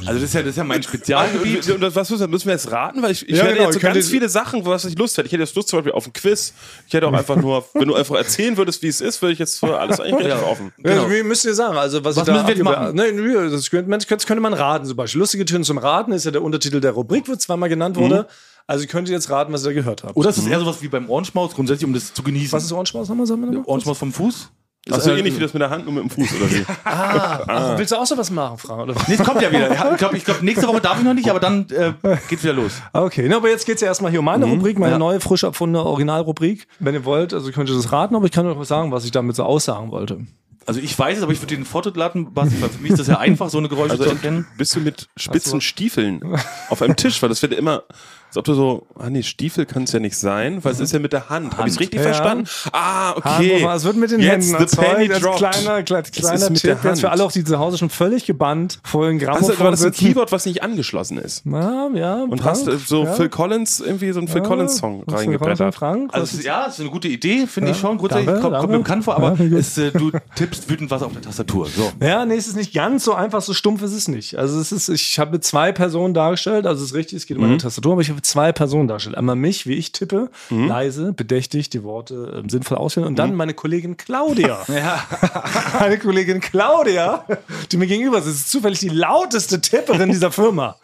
Speaker 3: Also das ist ja, das ist ja mein
Speaker 1: Und,
Speaker 3: Spezialgebiet.
Speaker 1: und das, was müssen wir, müssen wir jetzt raten? Weil ich, ich
Speaker 2: Ja,
Speaker 1: hätte
Speaker 2: genau,
Speaker 1: jetzt so
Speaker 2: ich könnte-
Speaker 1: ganz viele Sachen, was ich Lust hätte. Ich hätte jetzt Lust zum Beispiel auf ein Quiz. Ich hätte auch einfach nur, wenn du einfach erzählen würdest, wie es ist, würde ich jetzt für alles eigentlich relativ offen.
Speaker 2: Ja, also, wie müsst ihr sagen? Also, was, ich
Speaker 3: Genau. Was
Speaker 2: da
Speaker 3: müssen wir jetzt
Speaker 2: abgebe-
Speaker 3: machen?
Speaker 2: Nein, wir- das könnte, man- das könnte man raten, zum Beispiel. Lustige Töne zum Raten ist ja der Untertitel der Rubrik, wo zweimal genannt
Speaker 3: Mhm.
Speaker 2: wurde. Also, ihr könnt jetzt raten, was ihr da gehört habt.
Speaker 3: Oder ist es eher sowas wie beim Ohrenschmaus, grundsätzlich, um das zu genießen?
Speaker 2: was ist Ohrenschmaus nochmal? Sagen wir nochmal?
Speaker 3: Ohrenschmaus vom Fuß?
Speaker 1: Das ist
Speaker 2: Also-
Speaker 1: so ähnlich wie das mit der Hand, nur mit dem Fuß oder wie.
Speaker 3: Ah.
Speaker 2: Willst du auch sowas machen, Frank? Oder?
Speaker 3: Nee, es kommt ja wieder. Ja, Ich glaube, ich glaub, nächste Woche darf ich noch nicht, aber dann äh, geht's wieder los.
Speaker 2: Okay, na, aber jetzt geht's ja erstmal hier um meine Rubrik, meine
Speaker 3: ja.
Speaker 2: neue, frisch erfundene Originalrubrik. Wenn ihr wollt, also könnt ihr das raten, aber ich kann euch was sagen, was ich damit so aussagen wollte.
Speaker 3: Also ich weiß es, aber ich würde den Vortritt laden, Basti, weil für mich ist das ja einfach, so eine Geräusche
Speaker 1: Also
Speaker 3: zu erkennen.
Speaker 1: bist du mit spitzen Stiefeln auf einem Tisch, weil das wird ja immer, als ob du so, ah nee, Stiefel kann es ja nicht sein, weil es ist ja mit der Hand. Hab ich's richtig
Speaker 2: Mhm. Ja.
Speaker 1: verstanden? Ah, okay.
Speaker 2: Okay. Es wird mit den
Speaker 1: Jetzt
Speaker 2: Händen
Speaker 1: the penny
Speaker 2: erzeugt. Als
Speaker 1: dropped.
Speaker 2: kleiner, kle-
Speaker 1: ist
Speaker 2: kleiner
Speaker 1: mit der
Speaker 2: Tipp jetzt für
Speaker 1: Hand.
Speaker 2: alle auch, die zu Hause schon völlig gebannt vor den
Speaker 1: Hast du,
Speaker 2: Grammophon
Speaker 1: war das ein
Speaker 2: sitzen.
Speaker 1: Keyboard, was nicht angeschlossen ist?
Speaker 2: Ja, ja,
Speaker 1: Und hast äh, so
Speaker 2: ja.
Speaker 1: Phil Collins, irgendwie so einen Phil
Speaker 2: Ja,
Speaker 1: Collins-Song
Speaker 2: was für ein Rolle,
Speaker 1: reingebrettert?
Speaker 2: Frank,
Speaker 3: Also es ist- ja, es ist eine gute Idee, finde ich schon. Grundsätzlich
Speaker 2: Danke,
Speaker 3: kommt, kommt mir
Speaker 2: danke.
Speaker 3: bekannt vor, aber
Speaker 2: Ja, finde ich
Speaker 3: es, äh, du tippst wütend was auf der Tastatur. So.
Speaker 2: Ja, nee, es ist nicht ganz so einfach, so stumpf ist es nicht. Also es ist, ich habe zwei Personen dargestellt, also es ist richtig, es geht um meine Tastatur, aber ich habe zwei Personen dargestellt. Einmal mich, wie ich tippe, leise, bedächtig die Worte ähm, sinnvoll auswählen und dann meine Kollegin Claudia.
Speaker 3: Ja.
Speaker 2: (laughs) meine Kollegin Claudia, die mir gegenüber sitzt, ist zufällig die lauteste Tipperin dieser Firma.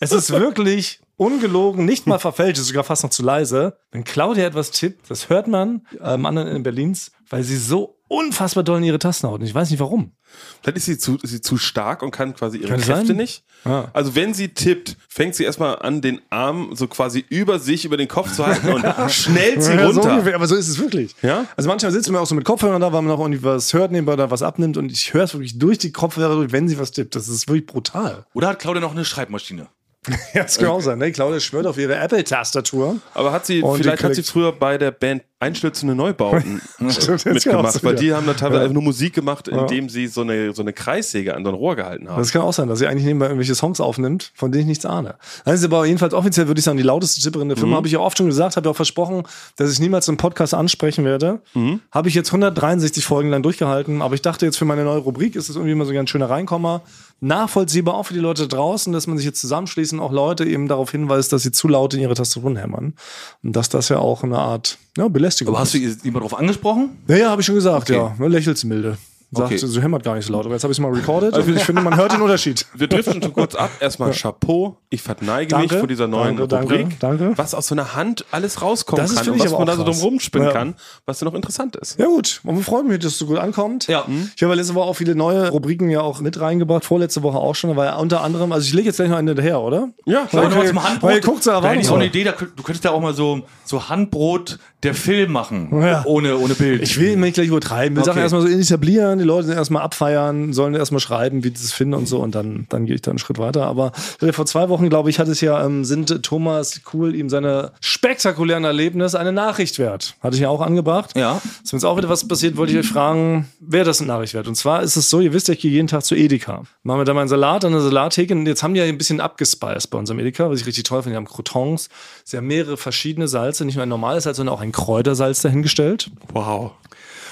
Speaker 2: Es ist wirklich ungelogen, nicht mal verfälscht, ist sogar fast noch zu leise. Wenn Claudia etwas tippt, das hört man am anderen Ende Berlins, weil sie so unfassbar doll in ihre Tasten haut. Und ich weiß nicht warum.
Speaker 1: Vielleicht ist sie zu, ist sie zu stark und kann quasi ihre
Speaker 2: Kann
Speaker 1: Kräfte
Speaker 2: sein.
Speaker 1: nicht.
Speaker 2: Ah.
Speaker 1: Also wenn sie tippt, fängt sie erstmal an, den Arm so quasi über sich, über den Kopf zu halten
Speaker 2: (laughs)
Speaker 1: und schnellt sie
Speaker 2: Ja, So
Speaker 1: runter.
Speaker 2: ungefähr, aber so ist es wirklich.
Speaker 1: Ja?
Speaker 2: Also manchmal sitzt man auch so mit Kopfhörern da, weil man auch irgendwie was hört nebenbei oder was abnimmt und ich höre es wirklich durch die Kopfhörer durch, wenn sie was tippt. Das ist wirklich brutal.
Speaker 3: Oder hat Claudia noch eine Schreibmaschine?
Speaker 2: Ja, das kann auch sein. Ne? Claudia schwört auf ihre Apple-Tastatur.
Speaker 1: Aber hat sie,
Speaker 2: Oh, Und die
Speaker 1: vielleicht hat sie
Speaker 2: Kollekt-
Speaker 1: früher bei der Band Einstürzende Neubauten
Speaker 2: (laughs)
Speaker 1: äh,
Speaker 2: Stimmt, das kann auch
Speaker 1: mitgemacht,
Speaker 2: sein,
Speaker 1: weil
Speaker 2: ja.
Speaker 1: die haben da teilweise einfach nur Musik gemacht, indem sie so eine, so eine Kreissäge an so ein Rohr gehalten
Speaker 3: Ah.
Speaker 1: haben.
Speaker 2: Das kann auch sein, dass sie eigentlich nebenbei irgendwelche Songs aufnimmt, von denen ich nichts ahne. Das ist aber jedenfalls offiziell, würde ich sagen, die lauteste Tipperin der
Speaker 3: Mhm.
Speaker 2: Firma. Habe ich ja oft schon gesagt, habe ja auch versprochen, dass ich niemals im Podcast ansprechen werde.
Speaker 3: Mhm.
Speaker 2: Habe ich jetzt 163 Folgen lang durchgehalten, aber ich dachte jetzt für meine neue Rubrik ist es irgendwie mal so ein ganz schöner Reinkommer. Nachvollziehbar auch für die Leute draußen, dass man sich jetzt zusammenschließt und auch Leute eben darauf hinweist, dass sie zu laut in ihre Tastaturen hämmern. Und dass das ja auch eine Art Ja, Belästigung.
Speaker 3: Aber hast du jemand drauf angesprochen?
Speaker 2: Naja, habe ich schon gesagt,
Speaker 3: Okay.
Speaker 2: ja. Ne, Lächelt's milde. Sagt,
Speaker 3: Okay. Also
Speaker 2: so hämmert gar nicht so laut. Aber jetzt habe ich es mal recorded und
Speaker 3: (laughs)
Speaker 2: ich finde, man hört den Unterschied.
Speaker 1: Wir driften schon kurz ab. Erstmal Chapeau. Ich verneige mich
Speaker 2: Danke.
Speaker 1: vor dieser neuen
Speaker 2: Danke, danke,
Speaker 1: Rubrik.
Speaker 2: danke.
Speaker 1: Was aus so einer Hand alles rauskommen
Speaker 2: Das ist,
Speaker 1: kann und
Speaker 2: finde ich
Speaker 1: was
Speaker 2: aber
Speaker 1: man da
Speaker 2: auch
Speaker 1: so drum
Speaker 2: krass.
Speaker 1: rumspinnen
Speaker 2: Ja.
Speaker 1: kann, was ja noch interessant ist.
Speaker 2: Ja gut, und wir freuen mich, dass es so gut ankommt.
Speaker 3: Ja.
Speaker 2: Ich habe ja letzte Woche auch viele neue Rubriken ja auch mit reingebracht, vorletzte Woche auch schon, weil unter anderem, also ich lege jetzt gleich noch eine hinterher, oder?
Speaker 1: Ja,
Speaker 3: Sag
Speaker 1: klar.
Speaker 3: noch mal zum Handbrot.
Speaker 2: Weil ihr guckt so
Speaker 3: da hätte ich auch eine
Speaker 2: erwartungsvoll.
Speaker 3: Idee, da, könnt- du könntest ja auch mal so, so Handbrot der Film machen.
Speaker 2: Ja.
Speaker 3: Ohne, ohne Bild.
Speaker 2: Ich will mich nicht gleich übertreiben, will
Speaker 3: Okay.
Speaker 2: Sachen erstmal so etablieren, die Leute erstmal abfeiern, sollen erstmal schreiben, wie sie es finden und so und dann, dann gehe ich da einen Schritt weiter. Aber vor zwei Wochen, glaube ich, hat es ja, ähm, sind Thomas Kuhl ihm seine spektakulären Erlebnisse eine Nachricht wert. Hatte ich ja auch angebracht.
Speaker 3: Ja.
Speaker 2: Ist mir jetzt auch wieder was passiert, wollte ich euch fragen, wäre das eine Nachricht wert? Und zwar ist es so, ihr wisst ja, ich gehe jeden Tag zu Edeka. Machen wir da mal einen Salat an der Salattheke und jetzt haben die ja ein bisschen abgespeist bei unserem Edeka, was ich richtig toll finde. Die haben Croutons, sie haben mehrere verschiedene Salze, nicht nur ein normales Salz, sondern auch ein Kräutersalz dahingestellt.
Speaker 1: Wow.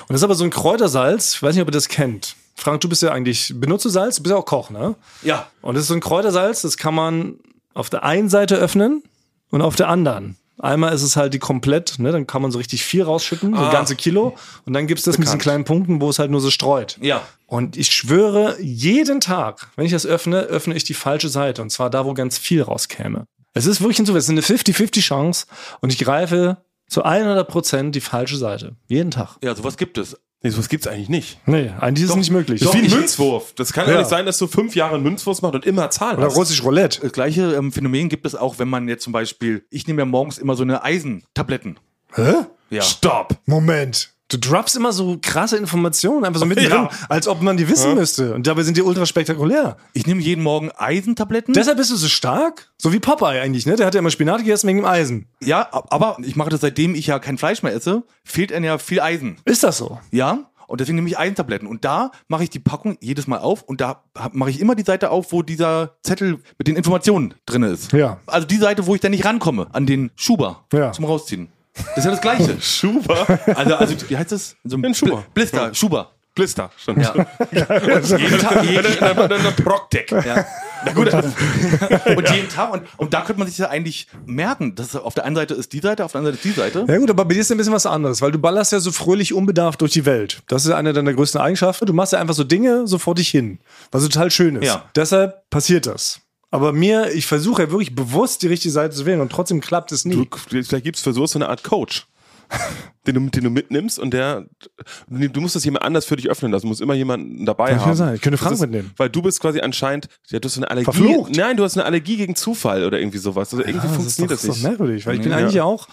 Speaker 2: Und das ist aber so ein Kräutersalz, ich weiß nicht, ob ihr das kennt. Frank, du bist ja eigentlich, benutzt du Salz? Du bist ja auch Koch, ne?
Speaker 3: Ja.
Speaker 2: Und das ist so ein Kräutersalz, das kann man auf der einen Seite öffnen und auf der anderen. Einmal ist es halt die komplett, ne, dann kann man so richtig viel rausschütten, so ein ganze Kilo. Und dann gibt's das mit diesen kleinen Punkten, wo es halt nur so streut.
Speaker 3: Ja.
Speaker 2: Und ich schwöre, jeden Tag, wenn ich das öffne, öffne ich die falsche Seite. Und zwar da, wo ganz viel rauskäme. Es ist wirklich ein Zufall. Es ist eine 50-50 Chance. Und ich greife zu 100 Prozent die falsche Seite. Jeden Tag.
Speaker 3: Ja, sowas gibt es.
Speaker 1: Nee, sowas gibt's eigentlich nicht.
Speaker 2: Nee, eigentlich ist es nicht möglich.
Speaker 1: Das ist wie ein
Speaker 2: Ich-
Speaker 1: Münzwurf. Das kann ja
Speaker 2: Ja.
Speaker 1: nicht sein, dass du fünf Jahre einen Münzwurf machst und immer Zahlen
Speaker 2: Oder
Speaker 1: hast.
Speaker 2: russisch Roulette.
Speaker 3: Das gleiche ähm, Phänomen gibt es auch, wenn man jetzt zum Beispiel, ich nehme ja morgens immer so eine Eisentabletten.
Speaker 2: Hä?
Speaker 3: Ja.
Speaker 1: Stopp.
Speaker 2: Moment. Du droppst immer so krasse Informationen, (laughs) einfach so mittendrin,
Speaker 1: Ja.
Speaker 2: als ob man die wissen müsste. Und dabei sind die ultra spektakulär.
Speaker 3: Ich nehme jeden Morgen Eisentabletten.
Speaker 2: Deshalb bist du so stark? So wie Popeye eigentlich, ne? Der hat ja immer Spinat gegessen wegen dem Eisen.
Speaker 3: ja, ab- aber ich mache das seitdem ich ja kein Fleisch mehr esse, fehlt einem ja viel Eisen.
Speaker 2: Ist das so?
Speaker 3: Ja. Und deswegen nehme ich Eisentabletten. Und da mache ich die Packung jedes Mal auf und da hab- mache ich immer die Seite auf, wo dieser Zettel mit den Informationen drin ist.
Speaker 2: Ja.
Speaker 3: Also die Seite, wo ich dann nicht rankomme, an den Schuber
Speaker 2: Ja.
Speaker 3: zum Rausziehen. Das ist ja
Speaker 2: (laughs)
Speaker 3: das Gleiche.
Speaker 1: Schuber.
Speaker 3: Also, also wie heißt das? So
Speaker 1: Ein Schuber.
Speaker 3: Bl- Blister, Schuber.
Speaker 1: Blister. Stimmt.
Speaker 3: Ja. jeden Tag, je,
Speaker 1: Dann- dann- dann Proctec.
Speaker 3: Ja. Na gut. (laughs) und jeden Tag. Und, und da könnte man sich ja eigentlich merken, dass auf der einen Seite ist die Seite, auf der anderen Seite ist die Seite.
Speaker 2: Ja gut, aber bei dir ist ein bisschen was anderes, weil du ballerst ja so fröhlich unbedarft durch die Welt. Das ist eine deiner größten Eigenschaften. Du machst ja einfach so Dinge so vor dich hin, was total schön ist.
Speaker 3: Ja.
Speaker 2: Deshalb passiert das. Aber mir, ich versuche ja wirklich bewusst die richtige Seite zu wählen und trotzdem klappt es nie.
Speaker 1: Du, vielleicht gibt's für sowas so eine Art Coach. (laughs) Den du, den du mitnimmst und der, du musst das jemand anders für dich öffnen lassen, du musst immer jemanden dabei
Speaker 2: Kann ich
Speaker 1: haben.
Speaker 2: mir sagen, ich könnte
Speaker 1: Das
Speaker 2: Frank
Speaker 1: ist,
Speaker 2: mitnehmen.
Speaker 1: Weil du bist quasi anscheinend, ja, du hast eine Allergie.
Speaker 2: Verflucht.
Speaker 1: Nein, du hast eine Allergie gegen Zufall oder irgendwie sowas. Also irgendwie
Speaker 2: Ah,
Speaker 1: funktioniert das,
Speaker 2: ist doch,
Speaker 1: nicht.
Speaker 2: Ist doch merkwürdig, weil ich bin eigentlich auch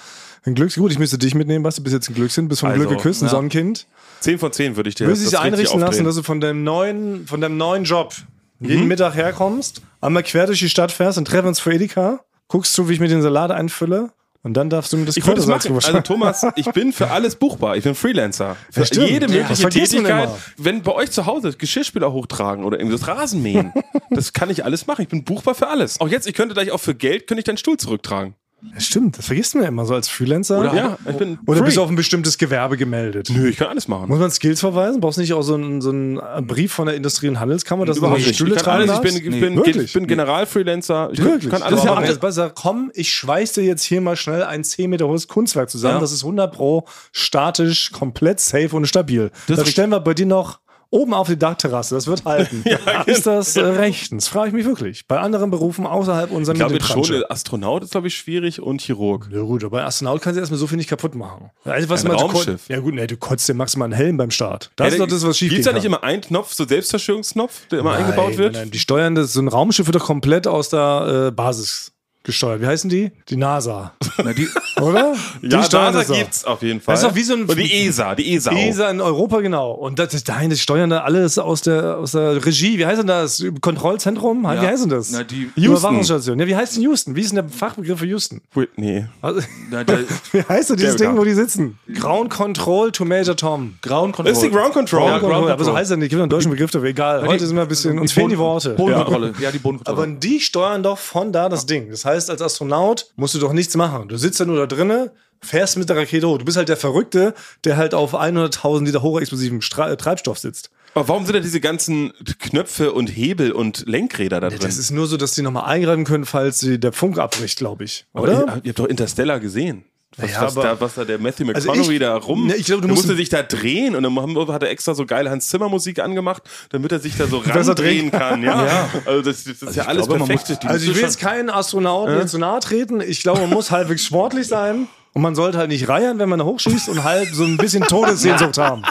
Speaker 2: ein Glückskind. Gut, ich müsste dich mitnehmen, Basti, bist jetzt ein Glückskind, bist vom
Speaker 1: Also,
Speaker 2: Glück geküsst, ein
Speaker 3: ja.
Speaker 2: Sonnenkind.
Speaker 1: Zehn von zehn würde ich dir
Speaker 2: Willst du dich
Speaker 1: das richtig
Speaker 2: einrichten lassen,
Speaker 1: aufdrehen. Mhm.
Speaker 2: dass du von deinem neuen, von deinem neuen Job jeden Mittag herkommst, einmal quer durch die Stadt fährst und treffen uns vor Edeka, guckst zu, wie ich mir den Salat einfülle und dann darfst du mir das
Speaker 1: Ich würde es
Speaker 2: Kräutersalz
Speaker 1: machen. Also Thomas, ich bin für alles buchbar. Ich bin Freelancer. Für
Speaker 2: stimmt.
Speaker 1: jede
Speaker 2: Ja, das
Speaker 1: mögliche
Speaker 2: vergisst man
Speaker 1: Tätigkeit.
Speaker 2: immer.
Speaker 1: Wenn bei euch zu Hause Geschirrspüler hochtragen oder irgendwie das
Speaker 2: (laughs)
Speaker 1: Rasenmähen, das kann ich alles machen. Ich bin buchbar für alles. Auch jetzt, ich könnte gleich auch für Geld, könnte ich deinen Stuhl zurücktragen.
Speaker 2: Ja, Stimmt, das vergisst man ja immer so als Freelancer.
Speaker 3: Oder-
Speaker 1: Ja, ich bin
Speaker 2: Oder
Speaker 1: free.
Speaker 2: bist du auf ein bestimmtes Gewerbe gemeldet.
Speaker 1: Nö, ich kann alles machen.
Speaker 2: Muss man Skills verweisen? Brauchst du nicht auch so einen, so einen Brief von der Industrie- und Handelskammer, dass
Speaker 1: Überhaupt
Speaker 2: du
Speaker 1: nicht.
Speaker 2: Stühle
Speaker 1: Ich kann
Speaker 2: tragen
Speaker 1: alles. Ich
Speaker 2: darfst?
Speaker 1: bin, ich
Speaker 3: Nee.
Speaker 1: bin,
Speaker 2: Wirklich?
Speaker 1: ich bin Generalfreelancer. Ich
Speaker 2: Wirklich?
Speaker 1: kann
Speaker 2: das
Speaker 1: alles
Speaker 2: ist ja
Speaker 1: machen.
Speaker 2: alles besser. Komm, ich schweiß dir jetzt hier mal schnell ein 10 Meter hohes Kunstwerk zusammen.
Speaker 3: Ja.
Speaker 2: Das ist 100 pro statisch, komplett safe und stabil. Das,
Speaker 3: richtig.
Speaker 2: stellen wir bei dir noch oben auf die Dachterrasse. Das wird
Speaker 1: (laughs)
Speaker 2: halten.
Speaker 1: genau.
Speaker 2: Ist das äh, rechtens? Frage ich mich wirklich. Bei anderen Berufen außerhalb unserer
Speaker 1: Ich glaube jetzt schon,
Speaker 2: Medienbranche.
Speaker 1: äh, Astronaut ist, glaube ich, schwierig und Chirurg.
Speaker 2: Ja gut, aber Astronaut kannst du erstmal so viel nicht kaputt machen. Also, was
Speaker 1: Ein
Speaker 2: man- du
Speaker 1: Raumschiff.
Speaker 2: kon- Ja gut, nee, du kotzt dir maximal einen Helm beim Start. Das ist doch das, was schief
Speaker 1: Gibt es
Speaker 2: geht.
Speaker 1: da nicht immer einen Knopf, so Selbstzerstörungsknopf, der immer eingebaut wird?
Speaker 2: Nein, nein, die steuern das, so ein Raumschiff wird doch komplett aus der äh, Basis gesteuert. Wie heißen die?
Speaker 1: (laughs)
Speaker 2: Die NASA.
Speaker 3: Na, die,
Speaker 2: Oder? Die
Speaker 1: Ja,
Speaker 2: steuern
Speaker 1: NASA
Speaker 2: das doch.
Speaker 1: gibt's auf jeden Fall.
Speaker 2: Das ist doch wie so ein- E
Speaker 1: Und die ESA, die E ESA. auch.
Speaker 2: ESA in Europa, genau. Und das, dahin das steuern da alles aus der, aus der Regie. Wie heißt denn das? Kontrollzentrum? Wie heißt denn das?
Speaker 3: Na, die-
Speaker 2: Überwachungsstation. Ja, wie heißt denn Houston? Wie ist denn der Fachbegriff für Houston?
Speaker 1: Whitney.
Speaker 2: Also,
Speaker 3: na, der
Speaker 2: (laughs) wie heißt denn dieses
Speaker 1: Der
Speaker 2: Ding, wo die sitzen? Ground Control to Major Tom.
Speaker 3: Ground Control.
Speaker 1: Ist die Ground Control?
Speaker 2: Ground
Speaker 1: Ground
Speaker 2: Control. Aber so heißt er nicht. Gibt einen deutschen Begriff dafür. Egal. Heute sind wir ein bisschen, uns fehlen die Worte.
Speaker 3: Bodenkontrolle. Ja,
Speaker 2: Aber
Speaker 3: die Bodenkontrolle.
Speaker 2: die steuern doch von da das Ding. Das heißt, als Astronaut musst du doch nichts machen. Du sitzt ja nur da drinnen, fährst mit der Rakete hoch. Du bist halt der Verrückte, der halt auf 100.000 Liter hochexplosivem Stra äh, Treibstoff sitzt.
Speaker 1: Aber warum sind da diese ganzen Knöpfe und Hebel und Lenkräder da drin?
Speaker 2: Das ist nur so, dass die nochmal eingreifen können, falls sie der Funk abbricht, glaube ich. Oder?
Speaker 1: Ihr, ihr habt doch Interstellar gesehen. Was,
Speaker 2: Naja,
Speaker 1: was,
Speaker 2: aber-
Speaker 1: da, was da der Matthew
Speaker 2: Also
Speaker 1: McConaughey
Speaker 2: ich-
Speaker 1: da rum.
Speaker 2: Ne, ich glaube, du
Speaker 1: der
Speaker 2: musst-
Speaker 1: musste sich da drehen und dann haben- hat er extra so geile Hans Zimmer Musik angemacht, damit er sich da
Speaker 2: (laughs)
Speaker 1: so
Speaker 2: Dass er
Speaker 1: randrehen
Speaker 2: drehen
Speaker 1: kann.
Speaker 2: (laughs)
Speaker 1: Ja. Also das, das ist ja
Speaker 3: ich
Speaker 1: alles
Speaker 3: glaube, man
Speaker 1: perfekt.
Speaker 3: muss-
Speaker 1: Die
Speaker 2: Also ich will
Speaker 1: müssen
Speaker 2: jetzt keinen Astronauten zu nahe treten. Ich glaube, man muss halbwegs sportlich sein und man sollte halt nicht reiern, wenn man hochschießt und halb so ein bisschen Todessehnsucht haben.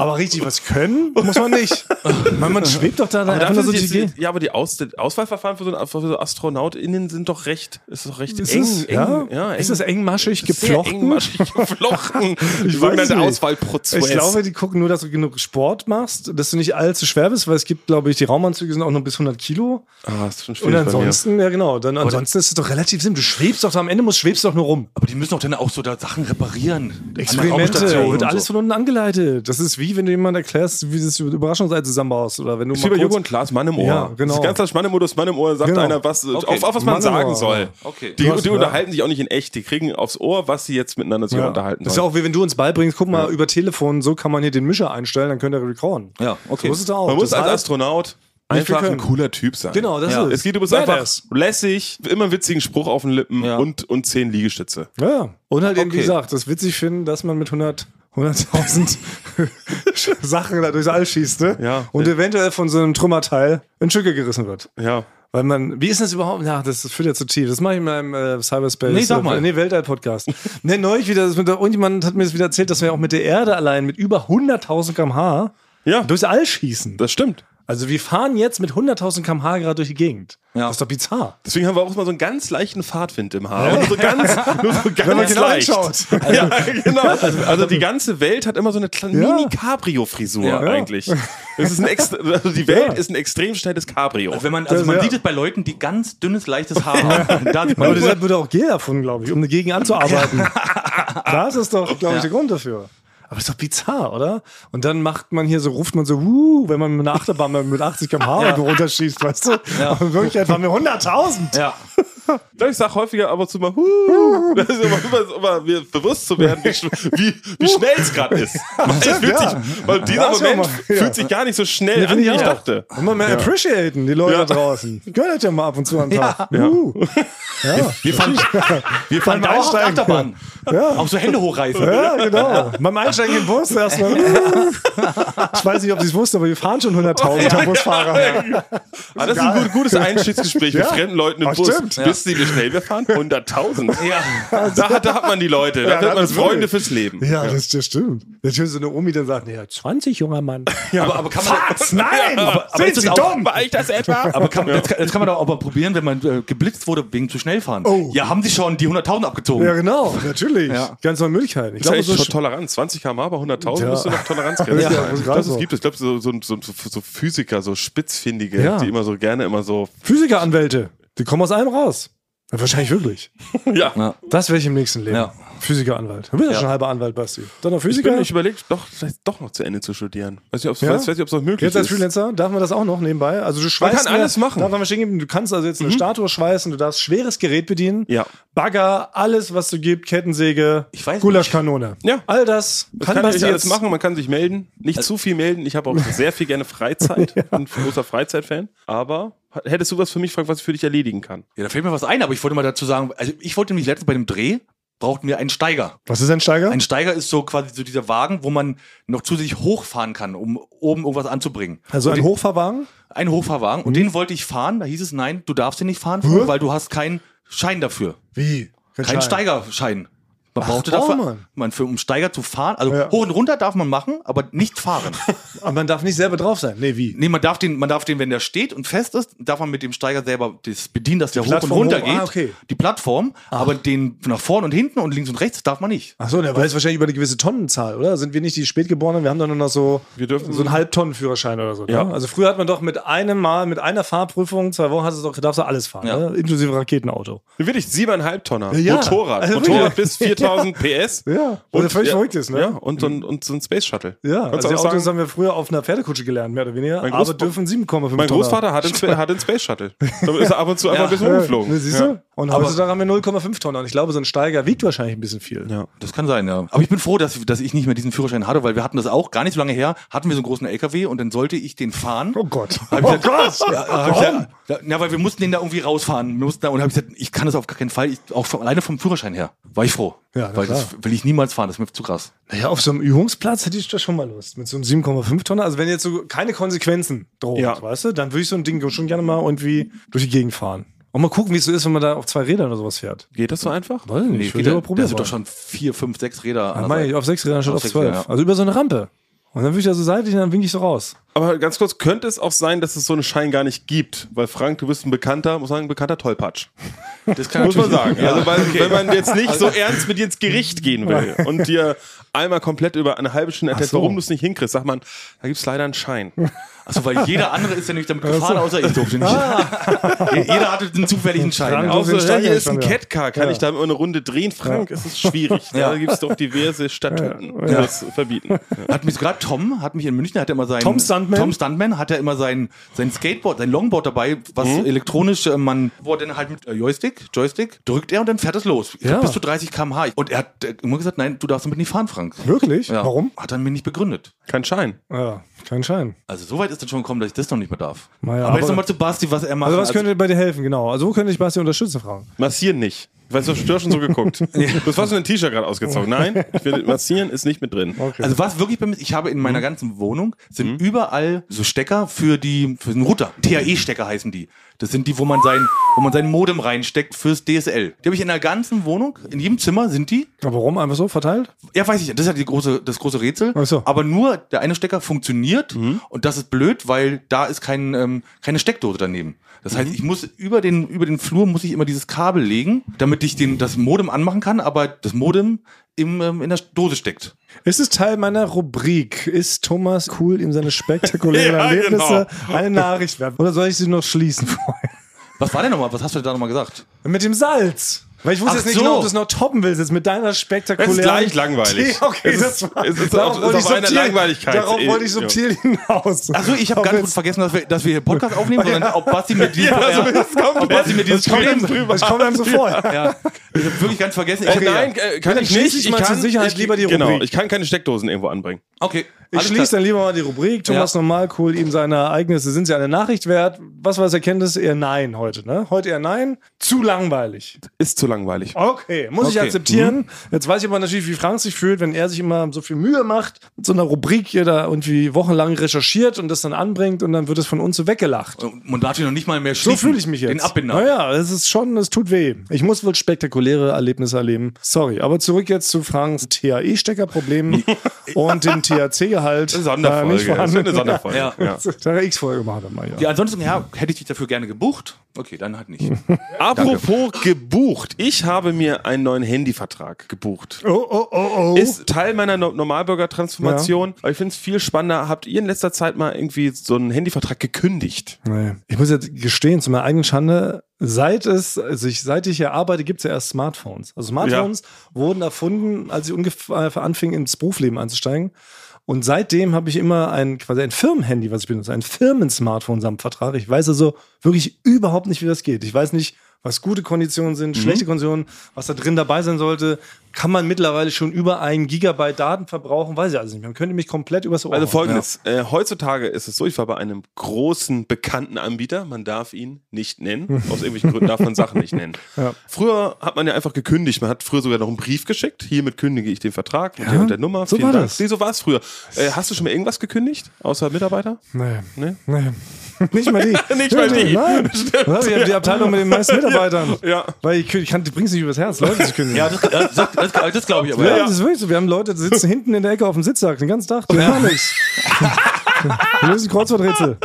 Speaker 2: Aber richtig was können muss man nicht.
Speaker 1: (laughs)
Speaker 2: Man, man schwebt doch da dann
Speaker 1: Aber dafür
Speaker 2: einfach nur so
Speaker 1: sind
Speaker 2: durch die
Speaker 1: jetzt,
Speaker 2: Gegend.
Speaker 1: ja, aber die Aus Auswahlverfahren für so, einen- für so AstronautInnen sind doch recht, ist doch recht
Speaker 2: Ist
Speaker 1: eng,
Speaker 2: es,
Speaker 1: eng.
Speaker 2: ja?
Speaker 1: eng.
Speaker 2: ist es engmaschig
Speaker 1: Sehr
Speaker 2: geflochten?
Speaker 1: engmaschig (laughs) geflochten.
Speaker 2: (laughs) Ich
Speaker 1: Die sogenannte
Speaker 2: weiß nicht.
Speaker 1: Auswahlprozess.
Speaker 2: Ich glaube, die gucken nur, dass du genug Sport machst, dass du nicht allzu schwer bist, weil es gibt, glaube ich, die Raumanzüge sind auch nur bis 100 Kilo.
Speaker 1: ah, das ist schon
Speaker 2: Und
Speaker 1: schwierig bei mir.
Speaker 2: ansonsten, ja genau, dann ansonsten ist es doch relativ simpel. Du schwebst doch, am Ende musst, schwebst doch nur rum.
Speaker 3: Aber die müssen doch dann auch so da Sachen reparieren.
Speaker 2: Experimente, wird alles
Speaker 3: von
Speaker 2: von unten angeleitet. Das ist wie, wenn du jemand erklärst, wie das Überraschungsei zusammenbaust. Oder wenn du
Speaker 1: Ist wie bei
Speaker 2: mal
Speaker 1: Joko
Speaker 2: kurz,
Speaker 1: und Klaas, Mann im Ohr.
Speaker 2: Ja, genau.
Speaker 1: Das ist ganz das Mann im Ohr, das Mann im Ohr sagt
Speaker 2: Genau.
Speaker 1: einer, was, auf, auf was man
Speaker 2: Mann im
Speaker 1: sagen
Speaker 2: Ohr.
Speaker 1: soll.
Speaker 3: Okay.
Speaker 1: Die,
Speaker 2: Du hast-
Speaker 1: die
Speaker 2: ja.
Speaker 1: unterhalten sich auch nicht in echt. Die kriegen aufs Ohr, was sie jetzt miteinander sich
Speaker 2: ja.
Speaker 1: unterhalten halt.
Speaker 2: Das ist ja
Speaker 1: sollen.
Speaker 2: auch wie, wenn du uns beibringst, guck mal, über Telefon, so kann man hier den Mischer einstellen, dann könnt ihr recorden.
Speaker 3: Ja, okay.
Speaker 2: So ist es auch.
Speaker 1: man muss
Speaker 2: Das
Speaker 1: als
Speaker 2: heißt-
Speaker 1: Astronaut
Speaker 2: Nicht viel
Speaker 1: einfach ein
Speaker 2: können.
Speaker 1: cooler Typ sein.
Speaker 2: Genau, das
Speaker 3: Ja.
Speaker 2: ist
Speaker 1: Es geht, du bist
Speaker 2: Badass.
Speaker 1: einfach lässig, immer einen witzigen Spruch auf den Lippen
Speaker 3: Ja.
Speaker 1: und, und zehn Liegestütze.
Speaker 2: Ja, Ja, und halt eben, wie
Speaker 3: Okay.
Speaker 2: gesagt, das witzig finden, dass man mit 100 100.000 (laughs) Sachen da durchs All schießt, ne?
Speaker 1: Ja.
Speaker 2: Und eventuell von so einem Trümmerteil in Stücke gerissen wird.
Speaker 1: Ja.
Speaker 2: Weil man, wie ist das überhaupt? Ja, das führt ja zu tief. Das mache ich in meinem äh, Cyberspace.
Speaker 3: Nee, sag mal.
Speaker 2: Nee, Weltall-Podcast. (laughs) nee, neulich wieder, das mit, irgendjemand hat mir das wieder erzählt, dass wir auch mit der Erde allein mit über 100.000 km/h
Speaker 1: Ja,
Speaker 2: durchs All schießen.
Speaker 1: das stimmt.
Speaker 2: Also wir fahren jetzt mit 100.000 km/h gerade durch die Gegend.
Speaker 3: Ja.
Speaker 2: Das ist doch bizarr.
Speaker 1: Deswegen haben wir auch mal so einen ganz leichten Fahrtwind im Haar. Nur so ganz, nur
Speaker 2: (laughs)
Speaker 1: so ganz
Speaker 2: man genau
Speaker 1: leicht.
Speaker 2: hinschaut.
Speaker 1: Ja, genau. Also die ganze Welt hat immer so eine kleine
Speaker 2: Ja.
Speaker 1: Mini-Cabrio-Frisur
Speaker 3: Ja.
Speaker 1: eigentlich. Es ist ein ext- also die Welt ist ein extrem schnelles Cabrio.
Speaker 3: Wenn man, also
Speaker 2: Das-
Speaker 3: man
Speaker 2: ja.
Speaker 3: sieht es bei Leuten, die ganz dünnes, leichtes
Speaker 2: (laughs)
Speaker 3: Haar haben. Da sieht man
Speaker 2: Aber deshalb würde auch Gel davon, glaube ich, um dagegen anzuarbeiten. das ist doch, glaube ich, der Grund dafür. Aber ist doch bizarr, oder? Und dann macht man hier so, ruft man so, wuh, wenn man mit einer Achterbahn mit 80 km/h irgendwo runterschießt, weißt du? Aber in Wirklichkeit waren wir 100.000.
Speaker 3: ja.
Speaker 1: Ich glaube, ich sage häufiger ab und zu mal,
Speaker 2: (laughs)
Speaker 1: huh, das ist immer, immer, immer mir bewusst zu werden, wie, sch- wie, wie schnell es gerade ist. Weil, es fühlt
Speaker 2: (laughs) ja.
Speaker 1: sich, weil dieser
Speaker 2: Das ist ja
Speaker 1: Moment
Speaker 2: mal- ja.
Speaker 1: fühlt sich gar nicht so schnell an,
Speaker 2: finde
Speaker 1: wie ich
Speaker 2: ich auch.
Speaker 1: dachte.
Speaker 2: Immer mehr appreciaten, die Leute
Speaker 1: Ja.
Speaker 2: draußen. Gönnt ja mal ab und zu am Tag. Wuh. Ja.
Speaker 3: Wir fahren, wir fahren
Speaker 2: Beim
Speaker 3: dauerhaft
Speaker 2: Einsteigen.
Speaker 3: Achterbahn. Auch so Hände hochreißen.
Speaker 2: Ja, genau. Beim Einsteigen im Bus erstmal. wuh. Ich weiß nicht, ob sie es wussten, aber wir fahren schon 100.000 am Busfahrer.
Speaker 1: Ah, das ist ein gut,
Speaker 2: (laughs)
Speaker 1: gutes Einstiegsgespräch mit
Speaker 2: Ja.
Speaker 1: fremden Leuten im
Speaker 2: Ah,
Speaker 1: Bus.
Speaker 2: stimmt.
Speaker 1: Wisst ihr, wie schnell wir fahren? 100.000.
Speaker 3: (laughs) Ja.
Speaker 1: Da, da hat man die Leute, da
Speaker 2: Ja,
Speaker 1: hat man
Speaker 2: das ist
Speaker 1: Freunde
Speaker 2: wirklich.
Speaker 1: fürs Leben.
Speaker 2: Ja, Das, das stimmt. Natürlich so eine Omi dann sagt, ja, 20, junger
Speaker 3: (laughs)
Speaker 2: Mann.
Speaker 3: Aber, aber kann man,
Speaker 2: Nein!
Speaker 3: aber, aber
Speaker 2: Sind
Speaker 3: ist das
Speaker 2: Sie
Speaker 3: auch,
Speaker 2: dumm?
Speaker 1: War ich das etwa?
Speaker 3: Aber kann, das, kann, das kann man doch aber probieren, wenn man äh, geblitzt wurde wegen zu schnell fahren.
Speaker 2: Oh.
Speaker 3: Ja, haben sie schon die 100.000 abgezogen.
Speaker 2: Ja, genau, natürlich.
Speaker 3: Ja.
Speaker 2: Ganz neue Möglichkeiten. Ich
Speaker 1: Das
Speaker 2: glaube,
Speaker 1: ist
Speaker 2: so
Speaker 1: echt Toleranz. 20 km bei 100.000
Speaker 2: Ja.
Speaker 1: bist du noch Toleranzgrenze.
Speaker 2: Ja,
Speaker 1: sein.
Speaker 2: das ist gerade
Speaker 1: das es
Speaker 2: so.
Speaker 1: gibt. Ich glaube, so, so, so, so Physiker, so Spitzfindige,
Speaker 2: Ja.
Speaker 1: die immer so gerne immer so. (laughs)
Speaker 2: Physikeranwälte, die kommen aus allem raus. Ja, wahrscheinlich wirklich.
Speaker 1: Ja.
Speaker 2: Das wäre ich im nächsten Leben.
Speaker 3: Ja.
Speaker 2: Physikeranwalt. Du bist ja
Speaker 3: Ja.
Speaker 2: schon halber Anwalt, Basti. Dann noch
Speaker 1: Ich, bin,
Speaker 2: Physiker.
Speaker 1: ich überlege, doch, vielleicht doch noch zu Ende zu studieren. Weiß nicht, ob es
Speaker 2: Ja?
Speaker 1: weiß, weiß nicht, ob's noch möglich
Speaker 2: Jetzt als
Speaker 1: ist.
Speaker 2: Freelancer darf man das auch noch nebenbei. Also du schweißt
Speaker 1: kann alles machen. Mhm.
Speaker 2: Darf man stehen geben. Du kannst also jetzt eine Statue schweißen, du darfst schweres Gerät bedienen.
Speaker 1: Ja.
Speaker 2: Bagger, alles, was du gibt, Kettensäge,
Speaker 3: Ich weiß nicht.
Speaker 2: Gulaschkanone.
Speaker 1: Ja.
Speaker 2: All das,
Speaker 1: Das kann
Speaker 2: Basti
Speaker 1: ich alles machen, man kann sich melden. Nicht
Speaker 2: Also
Speaker 1: zu viel melden. Ich
Speaker 2: (laughs)
Speaker 1: habe auch sehr viel gerne Freizeit. Bin ein großer Freizeitfan. Aber hättest du was für mich, Frank, was ich für dich erledigen kann?
Speaker 3: Ja, da fällt mir was ein, aber ich wollte mal dazu sagen, also ich wollte nämlich letztens bei dem Dreh, brauchten wir einen Steiger.
Speaker 2: Was ist ein Steiger?
Speaker 3: Ein Steiger ist so quasi so dieser Wagen, wo man noch zusätzlich hochfahren kann, um oben irgendwas anzubringen.
Speaker 2: also
Speaker 3: Und
Speaker 2: ein
Speaker 3: den-
Speaker 2: Hochfahrwagen?
Speaker 3: ein Hochfahrwagen. Und den wollte ich fahren, da hieß es, nein, du darfst den nicht fahren, weil du hast keinen Schein dafür.
Speaker 2: Wie?
Speaker 3: Keinen Steigerschein. Man brauchte
Speaker 2: oh,
Speaker 3: dafür,
Speaker 2: Mann.
Speaker 3: Man für, um Steiger zu fahren, also
Speaker 2: Ja.
Speaker 3: hoch und runter darf man machen, aber nicht (laughs) fahren.
Speaker 2: Aber man darf nicht selber drauf sein. Nee, wie?
Speaker 3: Nee, man darf den, man darf den, wenn der steht und fest ist, darf man mit dem Steiger selber das bedienen, dass der hoch Ah. und
Speaker 2: Plattform
Speaker 3: runter
Speaker 2: hoch,
Speaker 3: geht.
Speaker 2: ah, okay.
Speaker 3: Die Plattform, aber den nach vorn und hinten und links und rechts darf man nicht.
Speaker 2: Achso, der weiß wahrscheinlich über eine gewisse Tonnenzahl, oder? Sind wir nicht die Spätgeborenen? Wir haben doch nur noch so,
Speaker 1: Wir dürfen-
Speaker 2: so einen Halbtonnenführerschein oder so.
Speaker 1: Ja.
Speaker 2: Ne? Also früher hat man doch mit einem Mal, mit einer Fahrprüfung, zwei Wochen, hast du doch, darfst du alles fahren,
Speaker 3: Ja.
Speaker 2: ne? inklusive Raketenauto.
Speaker 1: Wie will ich? Siebeneinhalb Tonner.
Speaker 2: Ja.
Speaker 1: Motorrad.
Speaker 2: Also wirklich.
Speaker 1: Motorrad
Speaker 2: (laughs)
Speaker 1: bis 4000 PS.
Speaker 2: Ja, was ja völlig verrückt ist, ne?
Speaker 1: Ja, und, so ein- und so ein Space Shuttle.
Speaker 2: Ja,
Speaker 1: Kannst
Speaker 2: also die
Speaker 1: du auch
Speaker 2: Autos
Speaker 1: sagen,
Speaker 2: haben wir früher auf einer Pferdekutsche gelernt, mehr oder weniger,
Speaker 1: Mein
Speaker 2: aber
Speaker 1: Großpa-
Speaker 2: dürfen 7,5
Speaker 1: mein Großvater hat einen,
Speaker 2: (laughs)
Speaker 1: Spa- hat einen Space Shuttle. Da ist er ab und zu einfach ein bisschen
Speaker 2: Ne,
Speaker 1: rumgeflogen.
Speaker 2: siehst du? Und heutzutage haben wir 0,5 Tonnen. Und ich glaube, so ein Steiger wiegt wahrscheinlich ein bisschen viel.
Speaker 1: Ja.
Speaker 3: Das kann sein, ja. Aber ich bin froh, dass, dass ich nicht mehr diesen Führerschein hatte, weil wir hatten das auch gar nicht so lange her, hatten wir so einen großen LKW und dann sollte ich den fahren.
Speaker 2: Oh Gott.
Speaker 3: Hab ich gesagt, ja, hab ich gesagt, Da, na, weil wir mussten den da irgendwie rausfahren. Wir mussten da, und habe ich gesagt, ich kann das auf gar keinen Fall. Ich, auch von, alleine vom Führerschein her war ich froh.
Speaker 2: Ja, na
Speaker 3: weil
Speaker 2: klar.
Speaker 3: das will ich niemals fahren, das ist mir zu krass.
Speaker 2: Naja, auf so einem Übungsplatz hätte ich da schon mal Lust. Mit so einem 7,5 Tonner. Also wenn jetzt so keine Konsequenzen drohen,
Speaker 1: Ja.
Speaker 2: weißt du, dann würde ich so ein Ding schon gerne mal irgendwie durch die Gegend fahren. Und mal gucken, wie es so ist, wenn man da auf zwei Rädern oder sowas fährt.
Speaker 1: Geht das so einfach?
Speaker 2: Weiß ich nicht, ich würde
Speaker 3: da,
Speaker 2: aber
Speaker 3: da
Speaker 2: probieren.
Speaker 3: sind doch
Speaker 2: wollen.
Speaker 3: schon vier, fünf, sechs Räder. an
Speaker 2: Dann
Speaker 3: der
Speaker 2: meine ich
Speaker 3: Seite.
Speaker 2: auf sechs Rädern statt
Speaker 3: Auf
Speaker 2: auf
Speaker 3: sechs
Speaker 2: zwölf.
Speaker 3: Rädern, ja.
Speaker 2: Also über so eine Rampe. Und dann würde ich da so seitlich und dann winke ich so raus.
Speaker 1: Aber ganz kurz, könnte es auch sein, dass es so einen Schein gar nicht gibt? Weil Frank, du bist ein bekannter, muss sagen, ein bekannter Tollpatsch.
Speaker 3: Das kann
Speaker 1: Muss man
Speaker 3: natürlich-
Speaker 1: sagen. Also, weil, wenn man jetzt nicht so
Speaker 2: Also-
Speaker 1: ernst mit dir ins Gericht gehen will und dir einmal komplett über eine halbe Stunde erzählt,
Speaker 2: so.
Speaker 1: warum du es nicht hinkriegst, sagt man, da gibt es leider einen Schein.
Speaker 3: Achso, weil jeder andere ist ja nicht damit gefahren, außer ich durfte nicht.
Speaker 1: Ah.
Speaker 3: (laughs) jeder hatte den zufälligen Schein.
Speaker 2: Frank
Speaker 3: Ja.
Speaker 1: Auch so,
Speaker 2: den Stein
Speaker 1: hier
Speaker 2: ja
Speaker 1: ist ein
Speaker 2: schon, ja.
Speaker 1: Catcar, kann
Speaker 2: Ja.
Speaker 1: ich da immer eine Runde drehen? Frank, es ist schwierig. ne? Da gibt es doch diverse Statuten, die
Speaker 2: Ja.
Speaker 1: das verbieten.
Speaker 3: Hat mich sogar Tom, hat mich in München, hat er immer sein
Speaker 2: Tom Stuntman?
Speaker 3: Tom Stuntman hat er immer sein sein Skateboard, sein Longboard dabei, was
Speaker 2: Mhm.
Speaker 3: elektronisch äh, man, wo er dann halt mit äh, Joystick, Joystick drückt er und dann fährt es los. Ich
Speaker 2: Ja.
Speaker 3: glaub, bis zu 30 km/h. Und er hat äh, immer gesagt, nein, du darfst damit nicht fahren, Frank.
Speaker 2: Wirklich?
Speaker 3: Ja.
Speaker 2: Warum?
Speaker 3: Hat er mir nicht begründet.
Speaker 1: Kein Schein.
Speaker 2: Ja, kein Schein.
Speaker 3: Also so weit ist dann schon gekommen, dass ich das noch nicht mehr darf.
Speaker 2: Na ja,
Speaker 3: aber, jetzt
Speaker 2: aber-
Speaker 3: nochmal zu Basti, was er macht.
Speaker 2: Also was könnte bei dir helfen, genau. Also wo könnte ich Basti unterstützen, Frank?
Speaker 1: Massieren nicht. Weißt du, du hast schon so
Speaker 2: (laughs)
Speaker 1: geguckt. Du hast fast nur ein T-Shirt gerade ausgezogen. Nein, ich will, massieren ist nicht mit drin.
Speaker 2: Okay.
Speaker 3: Also was wirklich bei mir, ist, ich habe in
Speaker 2: Mhm.
Speaker 3: meiner ganzen Wohnung sind überall so Stecker für die für den Router. TAE-Stecker heißen die. Das sind die, wo man sein wo man sein Modem reinsteckt fürs DSL. Die habe ich in der ganzen Wohnung, in jedem Zimmer sind die.
Speaker 2: Aber warum? Einfach so verteilt?
Speaker 3: Ja, weiß ich, nicht, das ist ja die große das große Rätsel,
Speaker 2: Ach so. Mhm.
Speaker 3: aber nur der eine Stecker funktioniert und das ist blöd, weil da ist kein ähm, keine Steckdose daneben. Das
Speaker 2: Mhm.
Speaker 3: heißt, ich muss über den über den Flur muss ich immer dieses Kabel legen, damit ich den das Modem anmachen kann, aber das Modem im, ähm, in der Dose steckt.
Speaker 2: Ist es Teil meiner Rubrik? Ist Thomas cool ihm seine
Speaker 1: (laughs)
Speaker 2: spektakulären
Speaker 1: Ja, genau.
Speaker 2: Erlebnisse eine Nachricht wert? Oder soll ich sie noch schließen vorher?
Speaker 3: Was war denn nochmal? Was hast du da nochmal gesagt?
Speaker 2: (laughs) Mit dem Salz. Weil ich wusste
Speaker 3: Ach
Speaker 2: jetzt nicht
Speaker 3: so.
Speaker 2: genau, ob du es noch toppen willst, jetzt mit deiner
Speaker 1: Es
Speaker 2: spektakulären...
Speaker 1: ist gleich langweilig.
Speaker 2: Idee. (laughs) Okay,
Speaker 1: es ist,
Speaker 2: das war...
Speaker 1: es ist
Speaker 2: darauf
Speaker 1: auf,
Speaker 2: wollte
Speaker 1: es ist
Speaker 2: ich
Speaker 1: auf einer
Speaker 2: subtil-
Speaker 1: Langweiligkeit. eh,
Speaker 2: Darauf wollte ich
Speaker 1: Ja.
Speaker 2: subtil hinaus.
Speaker 3: Achso,
Speaker 2: (laughs)
Speaker 3: ich habe
Speaker 2: Ob
Speaker 3: ganz
Speaker 2: jetzt-
Speaker 3: kurz vergessen, dass wir, dass wir hier Podcast aufnehmen, sondern ob Basti mir dieses,
Speaker 1: Ja, so ist es
Speaker 3: ob Basti mir dieses
Speaker 1: Das kommt
Speaker 3: Creme
Speaker 1: dann drüber.
Speaker 2: Das kommt einem so vor.
Speaker 3: Ja, ich habe wirklich ganz vergessen. Ich
Speaker 1: Äh, nein, äh, kann
Speaker 2: Dann
Speaker 1: ich
Speaker 2: schließe
Speaker 1: nicht.
Speaker 2: ich mal zur Sicherheit lieber die
Speaker 1: genau,
Speaker 2: Rubrik.
Speaker 1: ich kann keine Steckdosen irgendwo anbringen.
Speaker 3: okay.
Speaker 2: Ich
Speaker 3: alles
Speaker 2: schließe
Speaker 3: klar.
Speaker 2: dann lieber mal die Rubrik. Thomas
Speaker 3: Ja.
Speaker 2: normal cool, ihm seine Ereignisse. Sind sie eine Nachricht wert? Was war das Erkenntnis? Eher nein heute, ne? Heute eher nein. Zu langweilig.
Speaker 1: Ist zu langweilig.
Speaker 2: Okay, muss ich
Speaker 3: Okay. Mhm.
Speaker 2: akzeptieren. Jetzt weiß ich aber natürlich, wie Frank sich fühlt, wenn er sich immer so viel Mühe macht, mit so einer Rubrik hier da irgendwie wochenlang recherchiert und das dann anbringt und dann wird es von uns so weggelacht.
Speaker 3: Und darf ich noch nicht mal mehr
Speaker 2: So
Speaker 3: schließen.
Speaker 2: fühle ich mich jetzt.
Speaker 3: Den Abbinder.
Speaker 2: Naja, es ist schon, es tut weh. Ich muss wohl spektakuläre Erlebnisse erleben. Sorry, aber zurück jetzt zu Franks TAE-Steckerproblem und dem THC-Gehalt.
Speaker 1: Eine Sonderfolge.
Speaker 2: nicht
Speaker 1: Das ist
Speaker 2: vorhanden.
Speaker 1: eine Sonderfolge.
Speaker 3: Ja.
Speaker 1: Ja.
Speaker 2: Da X-Folge machen wir mal, ja.
Speaker 3: Ja, ansonsten, ja, hätte ich dich dafür gerne gebucht. Okay, dann halt nicht.
Speaker 1: Apropos gebucht. Ich habe mir einen neuen Handyvertrag gebucht.
Speaker 2: Oh, oh, oh, oh.
Speaker 1: Ist Teil meiner no Normalbürger-Transformation. Aber ich finde es viel spannender. Habt ihr in letzter Zeit mal irgendwie so einen Handyvertrag gekündigt?
Speaker 2: Nee. Ich muss jetzt gestehen, zu meiner eigenen Schande, seit es, also ich, seit ich hier arbeite, gibt es ja erst Smartphones. Also Smartphones wurden erfunden, als ich ungefähr anfing, ins Berufsleben einzusteigen. Und seitdem habe ich immer ein, quasi ein Firmenhandy, was ich benutze, ein Firmen-Smartphone samt Vertrag. Ich weiß also wirklich überhaupt nicht, wie das geht. Ich weiß nicht, was gute Konditionen sind, schlechte Konditionen, was da drin dabei sein sollte. Kann man mittlerweile schon über einen Gigabyte Daten verbrauchen? Weiß ich also nicht. Man könnte mich komplett übers Ohr
Speaker 1: Also
Speaker 2: hauen.
Speaker 1: folgendes. Äh, heutzutage ist es so, ich war bei einem großen, bekannten Anbieter. Man darf ihn nicht nennen.
Speaker 2: (laughs)
Speaker 1: Aus irgendwelchen Gründen darf man Sachen nicht nennen. Früher hat man ja einfach gekündigt. Man hat früher sogar noch einen Brief geschickt. Hiermit kündige ich den Vertrag mit der und der Nummer.
Speaker 2: So war
Speaker 1: Dank.
Speaker 2: das.
Speaker 1: Nee, so war es früher. Äh, hast du schon mal irgendwas gekündigt? Außer Mitarbeiter?
Speaker 2: Nee.
Speaker 1: Nee?
Speaker 2: Nee. (laughs) Nicht mal die.
Speaker 1: (laughs) Nicht mal die.
Speaker 2: Nein. Was, ich habe die Abteilung mit den meisten Mitarbeitern.
Speaker 1: (laughs) Ja.
Speaker 2: Weil ich, ich kann, du bringst nicht übers Herz, Leute zu
Speaker 1: (laughs)
Speaker 2: kündigen.
Speaker 3: Ja, das, Also, das, das, das, das glaube ich aber.
Speaker 2: Ja,
Speaker 3: Ja.
Speaker 2: das ist wirklich so. Wir haben Leute, die sitzen hinten in der Ecke auf dem Sitzsack den ganzen Tag, die machen nichts. Wir lösen Kreuzworträtsel.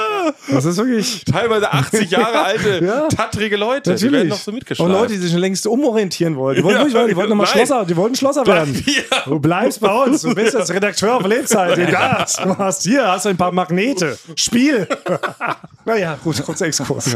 Speaker 2: Das ist wirklich.
Speaker 1: Teilweise 80 Jahre alte,
Speaker 2: (laughs) Ja.
Speaker 1: tattrige Leute. Die
Speaker 2: Natürlich.
Speaker 1: werden noch so
Speaker 2: Und
Speaker 1: mitgeschlagen.
Speaker 2: Leute, die sich schon längst umorientieren wollten. Die wollten,
Speaker 1: Ja,
Speaker 2: nicht, weiter, die wollten nochmal
Speaker 1: nein.
Speaker 2: Schlosser, die wollten Schlosser werden. Du bleibst bei uns. Du bist jetzt Redakteur auf Lebenszeit. Egal. Du hast hier hast du ein paar Magnete.
Speaker 1: (laughs)
Speaker 2: Spiel. naja, gut, kurzer Exkurs.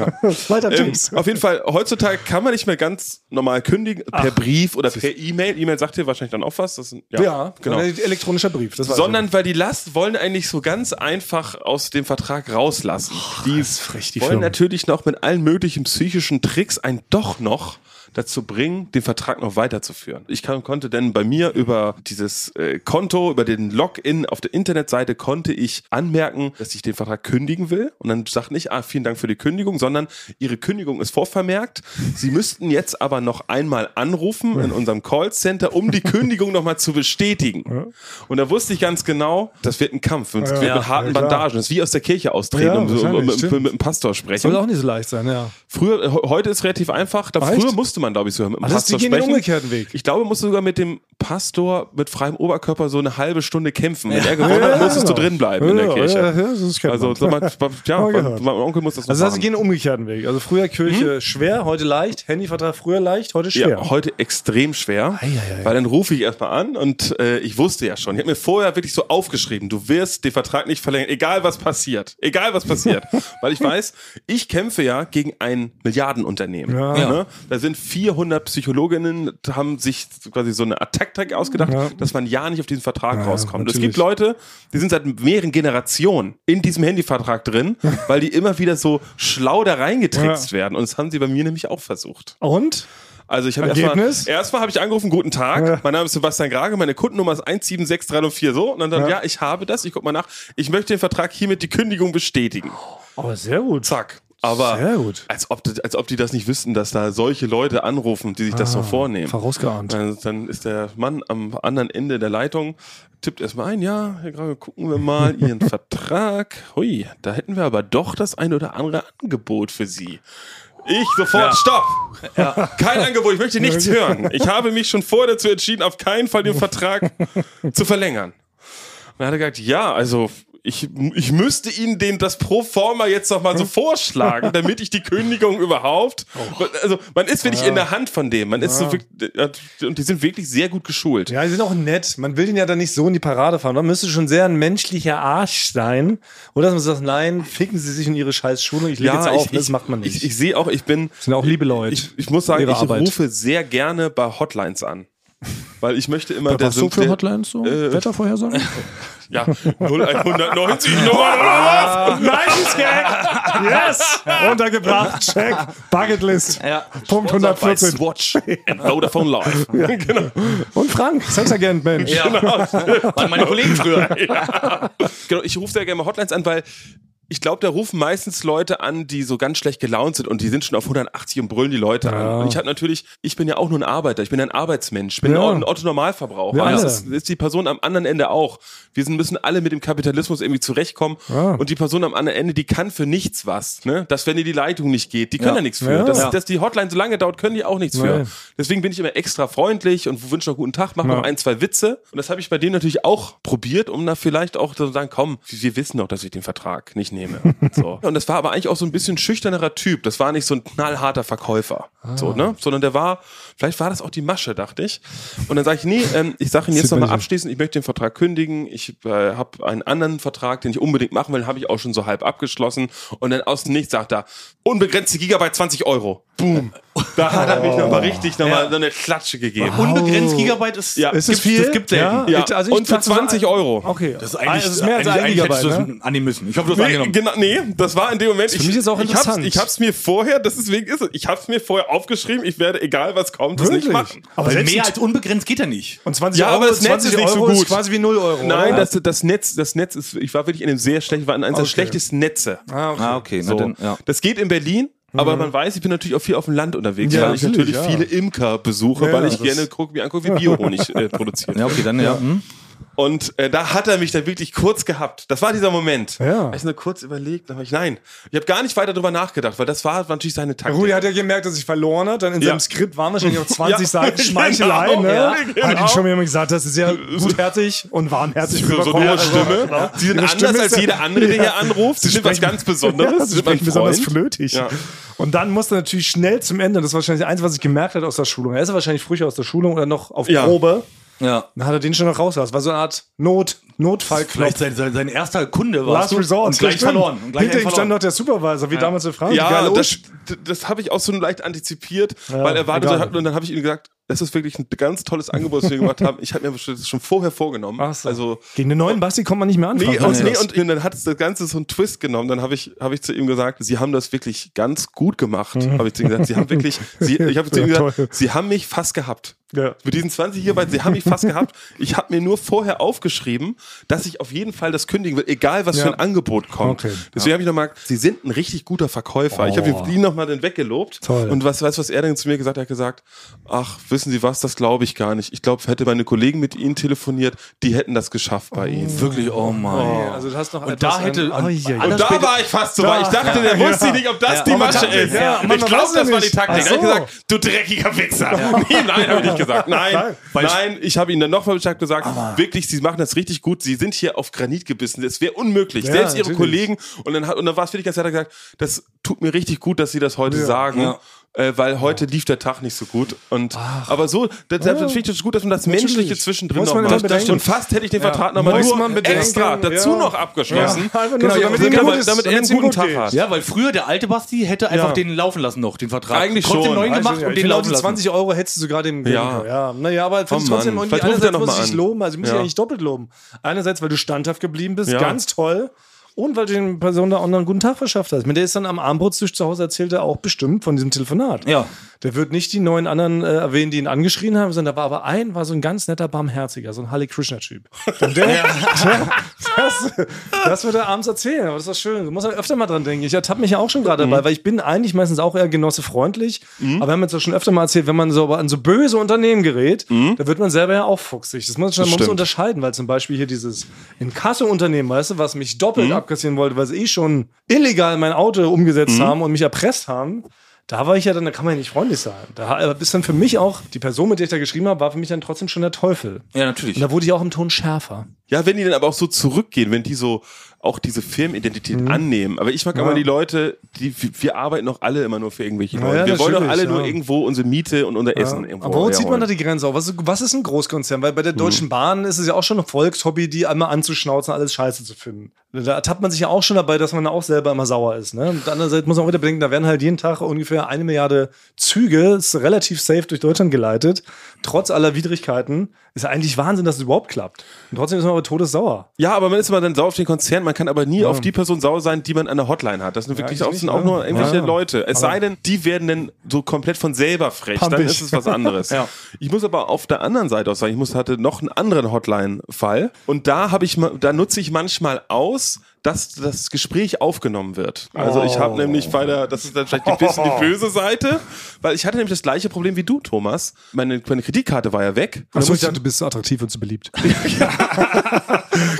Speaker 2: Weiter,
Speaker 1: Ähm,
Speaker 2: Teams.
Speaker 1: auf jeden Fall, heutzutage kann man nicht mehr ganz normal kündigen, per Brief oder per E-Mail. E-Mail sagt dir wahrscheinlich dann auch was. Das sind, ja,
Speaker 2: Ja,
Speaker 1: genau.
Speaker 2: ein Elektronischer Brief. Das weiß
Speaker 1: Sondern weil die Last wollen eigentlich so ganz einfach aus dem Vertrag rauslassen. die
Speaker 2: ich. die
Speaker 1: wollen natürlich noch mit allen möglichen psychischen Tricks einen doch noch dazu bringen, den Vertrag noch weiterzuführen. Ich kann, konnte denn bei mir über dieses äh, Konto, über den Login auf der Internetseite konnte ich anmerken, dass ich den Vertrag kündigen will. Und dann sagt nicht, ah, vielen Dank für die Kündigung, sondern Ihre Kündigung ist vorvermerkt. Sie müssten jetzt aber noch einmal anrufen in unserem Callcenter, um die Kündigung nochmal zu bestätigen. Und da wusste ich ganz genau, das wird ein Kampf. Und es wird mit harten
Speaker 2: ja, klar.
Speaker 1: Bandagen. Das ist wie aus der Kirche austreten
Speaker 2: Ja,
Speaker 1: und, so, um,
Speaker 2: wahrscheinlich,
Speaker 1: und mit,
Speaker 2: stimmt.
Speaker 1: mit dem Pastor sprechen.
Speaker 2: Soll auch nicht so leicht sein, ja.
Speaker 1: Früher, äh, he- heute ist relativ einfach. Da
Speaker 2: Ah, echt?
Speaker 1: früher musste man, glaube ich, sogar mit dem
Speaker 2: Ah, das- die
Speaker 1: Pastor
Speaker 2: gehen den
Speaker 1: sprechen.
Speaker 2: umgekehrten Weg.
Speaker 1: Ich glaube, musste sogar mit dem Pastor mit freiem Oberkörper so eine halbe Stunde kämpfen. Wenn er gewonnen hat, musstest du drin bleiben in der
Speaker 2: genau. Ja,
Speaker 1: Kirche.
Speaker 2: ja, ja, das ist kein
Speaker 1: also,
Speaker 2: Mann.
Speaker 1: sag mal, ja,
Speaker 2: Mal
Speaker 1: mein,
Speaker 2: gehört.
Speaker 1: mein Onkel muss das so
Speaker 2: Also das heißt,
Speaker 1: machen.
Speaker 2: sie gehen den umgekehrten Weg. Also früher Kirche schwer, heute leicht, Handyvertrag früher leicht, heute schwer.
Speaker 1: Mhm. Ja, heute extrem schwer,
Speaker 2: Eieiei.
Speaker 1: weil dann rufe ich erstmal an und äh, ich wusste ja schon, ich habe mir vorher wirklich so aufgeschrieben, du wirst den Vertrag nicht verlängern, egal was passiert, egal was
Speaker 2: (laughs)
Speaker 1: passiert, weil ich weiß, ich kämpfe ja gegen ein Milliardenunternehmen.
Speaker 2: Ja.
Speaker 1: Ne? Da sind 400 Psychologinnen, haben sich quasi so eine Attack-Tag ausgedacht,
Speaker 2: Ja.
Speaker 1: dass man ja nicht auf diesen Vertrag rauskommt. Und Es
Speaker 2: natürlich.
Speaker 1: gibt Leute, die sind seit mehreren Generationen in diesem Handyvertrag
Speaker 2: (laughs)
Speaker 1: drin, weil die immer wieder so schlau da reingetrickst werden. Und das haben sie bei mir nämlich auch versucht.
Speaker 2: Und?
Speaker 1: Also ich habe
Speaker 2: Ergebnis?
Speaker 1: erstmal erstmal habe ich angerufen, guten Tag.
Speaker 2: Ja.
Speaker 1: Mein Name ist Sebastian Grage, meine Kundennummer ist 176304 so und dann, dann ja. ich habe das, ich guck mal nach. Ich möchte den Vertrag hiermit die Kündigung bestätigen.
Speaker 2: Oh, sehr gut.
Speaker 1: Zack. Aber
Speaker 2: Sehr gut.
Speaker 1: als ob das- als ob die das nicht wüssten, dass da solche Leute anrufen, die sich das so vornehmen.
Speaker 2: Ah, Vorausgeahnt.
Speaker 1: Also dann ist der Mann am anderen Ende der Leitung, tippt erstmal ein, ja, Herr Grage, gucken wir mal
Speaker 2: (laughs)
Speaker 1: Ihren Vertrag. Hui, da hätten wir aber doch das ein oder andere Angebot für Sie. Ich sofort, stopp! Kein Angebot, ich
Speaker 2: (laughs)
Speaker 1: möchte nichts hören. Ich habe mich schon vorher dazu entschieden, auf keinen Fall den Vertrag zu verlängern. Und dann hat er gesagt, ja, also ich, ich müsste Ihnen den, das pro forma jetzt noch mal so vorschlagen, damit ich die Kündigung überhaupt. Also man ist wirklich in der Hand von dem. Man ist so wirklich, und die sind wirklich sehr gut geschult.
Speaker 2: Ja, die sind auch nett. Man will den ja dann nicht so in die Parade fahren. Man müsste schon sehr ein menschlicher Arsch sein. Oder dass man sagt, nein, ficken Sie sich in Ihre scheiß Schule, ich lege jetzt auf. das macht man nicht.
Speaker 1: Ich, ich sehe auch, ich bin.
Speaker 2: sind auch liebe Leute.
Speaker 1: Ich, ich muss sagen,
Speaker 2: Ihre
Speaker 1: ich
Speaker 2: Arbeit.
Speaker 1: rufe sehr gerne bei Hotlines an. Weil ich möchte immer
Speaker 5: Was so
Speaker 1: Symp-
Speaker 5: für Hotlines so?
Speaker 1: Äh, (laughs)
Speaker 5: Wettervorhersagen?
Speaker 1: Ja, 0190 Nummer.
Speaker 2: Ah,
Speaker 1: (laughs)
Speaker 2: Nice Gag! Yes! Untergebracht, check. Bucketlist. Punkt
Speaker 1: Bei
Speaker 2: 114.
Speaker 1: Swatch and Vodafone Live. genau.
Speaker 2: Und Frank, Sexagent, Mensch. Genau.
Speaker 1: (laughs)
Speaker 3: Waren meine
Speaker 2: (laughs)
Speaker 3: Kollegen früher.
Speaker 1: genau. Ich rufe sehr gerne mal Hotlines an, weil ich glaube, da rufen meistens Leute an, die so ganz schlecht gelaunt sind und die sind schon auf 180 und brüllen die Leute an. Und ich habe natürlich, ich bin ja auch nur ein Arbeiter, ich bin ein Arbeitsmensch, ich bin
Speaker 2: Ja.
Speaker 1: ein Otto Normalverbraucher.
Speaker 2: Ja.
Speaker 1: Und Das ist, ist die Person am anderen Ende auch. Wir sind, müssen alle mit dem Kapitalismus irgendwie zurechtkommen und die Person am anderen Ende, die kann für nichts was. Ne? Dass wenn dir die Leitung nicht geht, die können ja, nichts für.
Speaker 2: Ja.
Speaker 1: Dass,
Speaker 2: Ja.
Speaker 1: dass die Hotline so lange dauert, können die auch nichts für.
Speaker 2: Nein.
Speaker 1: Deswegen bin ich immer extra freundlich und wünsche noch guten Tag, mache
Speaker 2: Ja.
Speaker 1: noch ein, zwei Witze. Und das habe ich bei denen natürlich auch probiert, um da vielleicht auch zu sagen, komm, wir wissen doch, dass ich den Vertrag nicht nehme. so. Und das war aber eigentlich auch so ein bisschen schüchternerer Typ. Das war nicht so ein knallharter Verkäufer. So, ne? Sondern der war, vielleicht war das auch die Masche, dachte ich. Und dann sage ich, nee, ähm, ich sage ihm jetzt nochmal abschließend, ich möchte den Vertrag kündigen. Ich äh, habe einen anderen Vertrag, den ich unbedingt machen will, habe ich auch schon so halb abgeschlossen. Und dann aus dem Nichts sagt er, unbegrenzte Gigabyte 20 Euro. Boom. Da hat er mich nochmal richtig nochmal so eine Klatsche gegeben.
Speaker 3: Unbegrenzt Gigabyte ist, Also
Speaker 1: Ja.
Speaker 3: ist
Speaker 1: Ist
Speaker 2: es
Speaker 3: gibt's,
Speaker 2: viel?
Speaker 3: das gibt selten.
Speaker 2: Ja.
Speaker 1: Ja,
Speaker 2: Ich- also ich
Speaker 1: und für
Speaker 2: dachte so,
Speaker 1: 20 Euro.
Speaker 2: Okay.
Speaker 3: Das ist eigentlich,
Speaker 2: das ist mehr als
Speaker 3: eigentlich-
Speaker 2: ein
Speaker 3: eigentlich hättest
Speaker 2: Gigabyte.
Speaker 3: du
Speaker 2: Ne?
Speaker 3: das annehmen müssen. Ich habe das
Speaker 1: Nee,
Speaker 3: angenommen.
Speaker 1: genau, nee, das war in dem Moment.
Speaker 2: für mich jetzt auch
Speaker 1: ich hab's,
Speaker 2: interessant.
Speaker 1: ich hab's mir vorher, das ist wegen, ist, es, ich hab's mir vorher aufgeschrieben, ich werde, egal was kommt, das nicht
Speaker 2: Wirklich?
Speaker 1: machen.
Speaker 2: Aber
Speaker 3: Weil
Speaker 2: selbst
Speaker 3: Also mehr
Speaker 2: ein-
Speaker 3: als unbegrenzt geht ja nicht.
Speaker 2: Und 20
Speaker 1: Ja,
Speaker 2: Euro,
Speaker 1: aber das Netz ist
Speaker 2: 20
Speaker 1: nicht so
Speaker 2: Euro
Speaker 1: gut.
Speaker 2: ist quasi wie 0 Euro.
Speaker 1: Nein,
Speaker 2: oder?
Speaker 1: das, das Netz, das Netz ist, ich war wirklich in einem sehr schlechten, war in einem der schlechtesten Netze.
Speaker 2: Ah, okay.
Speaker 3: okay.
Speaker 1: So. Das geht in Berlin, aber man weiß, ich bin natürlich auch viel auf dem Land unterwegs,
Speaker 2: Ja,
Speaker 1: weil ich Mhm. natürlich
Speaker 2: natürlich,
Speaker 1: viele Imker besuche,
Speaker 2: Ja,
Speaker 1: weil ich
Speaker 2: das-
Speaker 1: gerne guck, mir angucke, wie Biohonig äh, produziert.
Speaker 3: Ja, okay, dann ja. Hm.
Speaker 1: Und äh, da hat er mich dann wirklich kurz gehabt. Das war dieser Moment.
Speaker 2: Ja.
Speaker 1: Hab Ich nur kurz überlegt, aber ich nein, ich habe gar nicht weiter drüber nachgedacht, weil das war natürlich seine Taktik.
Speaker 2: Rudi hat ja gemerkt, dass ich verloren hat. Dann in
Speaker 1: Ja.
Speaker 2: seinem Skript
Speaker 1: (laughs)
Speaker 2: waren wahrscheinlich auch 20
Speaker 1: Ja,
Speaker 2: Seiten Schmeichelei.
Speaker 1: genau,
Speaker 2: ne?
Speaker 1: ja,
Speaker 2: Hat
Speaker 1: genau.
Speaker 2: ihm schon mal jemand gesagt, das ist
Speaker 1: (laughs)
Speaker 2: ja gutherzig und warmherzig.
Speaker 1: so, so
Speaker 2: rüberkommen.
Speaker 1: eine
Speaker 2: Also,
Speaker 1: Stimme.
Speaker 2: genau.
Speaker 1: Sie sind
Speaker 2: Ihre
Speaker 1: anders
Speaker 2: Stimme ist
Speaker 1: als
Speaker 2: (laughs) ja-
Speaker 1: jeder andere, der hier anruft. Sie sind was ganz Besonderes.
Speaker 2: (laughs) Ja,
Speaker 1: Sie
Speaker 2: sie
Speaker 1: sind mein
Speaker 2: sprechen besonders
Speaker 1: Freund.
Speaker 2: flötig.
Speaker 1: Ja.
Speaker 2: Und dann musste natürlich schnell zum Ende, das ist wahrscheinlich das Einzige, was ich gemerkt habe aus der Schulung. Er ist ja wahrscheinlich früher aus der Schulung oder noch auf
Speaker 1: Ja.
Speaker 2: Probe.
Speaker 3: ja.
Speaker 2: Dann hat er den schon noch rausgelassen. War so eine Art Not, Notfallknopf.
Speaker 3: Vielleicht sein, sein, sein erster Kunde war
Speaker 2: Last Resort.
Speaker 3: und gleich
Speaker 2: Stimmt.
Speaker 3: verloren. Und gleich
Speaker 2: Hinter ihm
Speaker 3: einen
Speaker 2: stand noch
Speaker 3: verloren.
Speaker 2: der Supervisor, wie damals in Frankreich.
Speaker 1: Ja,
Speaker 2: Hallo.
Speaker 1: das, das habe ich auch so leicht antizipiert, weil er war
Speaker 2: egal.
Speaker 1: und dann habe ich ihm gesagt, Das ist wirklich ein ganz tolles Angebot, das wir gemacht haben. Ich habe mir das schon vorher vorgenommen.
Speaker 2: Ach so.
Speaker 1: Also
Speaker 2: Gegen den neuen Basti kommt man nicht mehr anfangen.
Speaker 1: Nee, und,
Speaker 2: Also
Speaker 1: nee,
Speaker 2: das-
Speaker 1: und, und dann hat es das Ganze so einen Twist genommen. Dann habe ich, hab ich zu ihm gesagt, sie haben das wirklich ganz gut gemacht. Habe ich zu ihm gesagt, sie haben wirklich,
Speaker 2: (laughs)
Speaker 1: sie, ich habe zu ihm
Speaker 2: Mhm. Ja,
Speaker 1: gesagt,
Speaker 2: toll.
Speaker 1: sie haben mich fast gehabt.
Speaker 2: Ja.
Speaker 1: Mit diesen 20 hier, weil sie haben mich fast gehabt. Ich habe mir nur vorher aufgeschrieben, dass ich auf jeden Fall das kündigen will, egal was
Speaker 2: Ja.
Speaker 1: für ein Angebot kommt.
Speaker 2: Okay.
Speaker 1: Deswegen habe ich nochmal, sie sind ein richtig guter Verkäufer. Ich habe
Speaker 2: Oh.
Speaker 1: ihm nochmal den weggelobt.
Speaker 2: Toll.
Speaker 1: Und was, weißt du, was er dann zu mir gesagt hat? Er hat gesagt, ach, wissen Sie was, das glaube ich gar nicht. Ich glaube, hätte meine Kollegen mit Ihnen telefoniert, die hätten das geschafft bei Ihnen.
Speaker 3: Wirklich, oh Mann.
Speaker 2: Also du hast noch
Speaker 3: Und da hätte.
Speaker 2: an, oh, je, je.
Speaker 1: Und da war ich fast so weit. Ich dachte, der wusste nicht, ob das die Masche
Speaker 2: Taktik,
Speaker 1: ist.
Speaker 2: ja. Man
Speaker 1: ich
Speaker 2: weiß
Speaker 1: glaube,
Speaker 2: ja
Speaker 1: das war die
Speaker 2: nicht.
Speaker 1: Taktik.
Speaker 2: Ach
Speaker 1: Da hab Ich
Speaker 2: so.
Speaker 1: gesagt, du dreckiger Wichser. Nee, (laughs) nein, habe ich nicht gesagt. Nein,
Speaker 3: Weil ich-
Speaker 1: nein, ich habe ihnen dann nochmal Bescheid gesagt, wirklich, sie machen das richtig gut. Sie sind hier auf Granit gebissen. Das wäre unmöglich.
Speaker 2: Ja,
Speaker 1: Selbst ihre
Speaker 2: natürlich.
Speaker 1: Kollegen. Und dann, hat- und dann war es wirklich ganz ehrlich gesagt, das tut mir richtig gut, dass sie das heute sagen.
Speaker 3: Ja.
Speaker 1: Äh, weil heute lief der Tag nicht so gut. Und, aber so, das, das finde ich das gut, dass man das
Speaker 2: Natürlich.
Speaker 1: Menschliche zwischendrin
Speaker 2: Muss man
Speaker 1: nochmal.
Speaker 2: immer bedenken.
Speaker 1: Und fast hätte ich den Vertrag nochmal
Speaker 2: Muss
Speaker 1: nur
Speaker 2: man bedenken,
Speaker 1: extra dazu
Speaker 2: ja.
Speaker 1: noch abgeschlossen.
Speaker 2: Ja. Einfach nur
Speaker 1: Genau,
Speaker 2: so,
Speaker 1: damit,
Speaker 2: damit ihm
Speaker 1: damit,
Speaker 2: gut ist,
Speaker 1: damit er
Speaker 2: damit's
Speaker 1: einen
Speaker 2: ihm
Speaker 1: guten
Speaker 2: gut
Speaker 1: Tag
Speaker 2: geht.
Speaker 1: hat.
Speaker 3: Ja, weil früher der alte Basti hätte einfach
Speaker 2: Ja.
Speaker 3: den laufen lassen noch, den Vertrag.
Speaker 1: Eigentlich
Speaker 3: Trotzdem
Speaker 1: schon.
Speaker 3: neuen
Speaker 2: Also,
Speaker 3: gemacht
Speaker 2: ja,
Speaker 3: und den
Speaker 2: genau die
Speaker 3: laufen
Speaker 2: 20 Euro hättest du gerade im
Speaker 1: Ja.
Speaker 2: ja. Naja, aber fand ich
Speaker 1: Oh Mann,
Speaker 2: trotzdem irgendwie,
Speaker 1: vielleicht ruft er
Speaker 2: einerseits
Speaker 1: noch
Speaker 2: muss
Speaker 1: mal
Speaker 2: ich dich
Speaker 1: an.
Speaker 2: loben, also ich muss
Speaker 1: Ja.
Speaker 2: ich eigentlich doppelt loben. Einerseits, weil du standhaft geblieben bist,
Speaker 1: Ja.
Speaker 2: ganz toll. Und weil du den Personen da auch noch einen guten Tag verschafft hast. Mit der ist dann am Armbrotstisch zu Hause erzählt er auch bestimmt von diesem Telefonat.
Speaker 3: Ja.
Speaker 2: Der wird nicht die neun anderen äh, erwähnen, die ihn angeschrien haben, sondern da war aber ein, war so ein ganz netter, barmherziger, so ein Hare
Speaker 1: (laughs)
Speaker 2: Krishna-Typ. Und der, der, das, das wird er abends erzählen, aber das war schön. Du musst halt öfter mal dran denken. Ich ertappe mich ja auch schon gerade dabei, weil ich bin eigentlich meistens auch eher genossefreundlich, aber wir haben jetzt auch schon öfter mal erzählt, wenn man so an so böse Unternehmen gerät, da wird man selber ja auch fuchsig. Das muss man schon man muss
Speaker 1: stimmt.
Speaker 2: unterscheiden, weil zum Beispiel hier dieses Inkasso-Unternehmen, weißt du, was mich doppelt abkassieren wollte, weil sie eh schon illegal mein Auto umgesetzt haben und mich erpresst haben. Da war ich ja dann, da kann man ja nicht freundlich sein. Da ist dann für mich auch, die Person, mit der ich da geschrieben habe, war für mich dann trotzdem schon der Teufel.
Speaker 3: Ja,
Speaker 2: Und
Speaker 3: natürlich.
Speaker 2: da wurde ich auch im Ton schärfer.
Speaker 1: Ja, wenn die dann aber auch so zurückgehen, wenn die so auch diese Firmenidentität
Speaker 2: Mhm.
Speaker 1: annehmen. Aber ich mag immer die Leute, die wir arbeiten doch alle immer nur für irgendwelche Leute.
Speaker 2: ja,
Speaker 1: wir wollen doch
Speaker 2: natürlich,
Speaker 1: alle
Speaker 2: ja.
Speaker 1: nur irgendwo unsere Miete und unser Essen irgendwo.
Speaker 2: Aber wo zieht man da
Speaker 1: herholen. Hm.
Speaker 2: die Grenze auf? Was, was ist ein Großkonzern? Weil bei der Deutschen Bahn ist es ja auch schon ein Volkshobby, die einmal anzuschnauzen, alles scheiße zu finden. Da ertappt man sich ja auch schon dabei, dass man auch selber immer sauer ist. Ne? Und andererseits muss man auch wieder bedenken, da werden halt jeden Tag ungefähr eine Milliarde Züge, ist relativ safe durch Deutschland geleitet. Trotz aller Widrigkeiten ist ja eigentlich Wahnsinn, dass es überhaupt klappt. Und trotzdem ist man aber todessauer.
Speaker 1: Ja, aber man ist immer dann sauer auf den Konzern, man kann aber nie auf die Person sauer sein, die man an der Hotline hat. Das sind wirklich
Speaker 2: eigentlich
Speaker 1: auch, sind
Speaker 2: nicht,
Speaker 1: auch
Speaker 2: ne?
Speaker 1: nur irgendwelche
Speaker 2: Ja.
Speaker 1: Leute. Es sei denn, die werden dann so komplett von selber frech, dann
Speaker 2: Pampig.
Speaker 1: ist es was
Speaker 2: (laughs)
Speaker 1: anderes. Ich muss aber auf der anderen Seite auch sagen, ich muss, hatte noch einen anderen Hotline-Fall und da habe ich, ma- da nutze ich manchmal aus, dass das Gespräch aufgenommen wird. Also ich
Speaker 2: Oh.
Speaker 1: habe nämlich bei der, das ist dann vielleicht ein bisschen
Speaker 2: (laughs)
Speaker 1: die böse Seite, weil ich hatte nämlich das gleiche Problem wie du, Thomas. Meine, meine Kreditkarte war ja weg. Und dann musste ich-
Speaker 2: du bist so attraktiv und so (laughs) beliebt.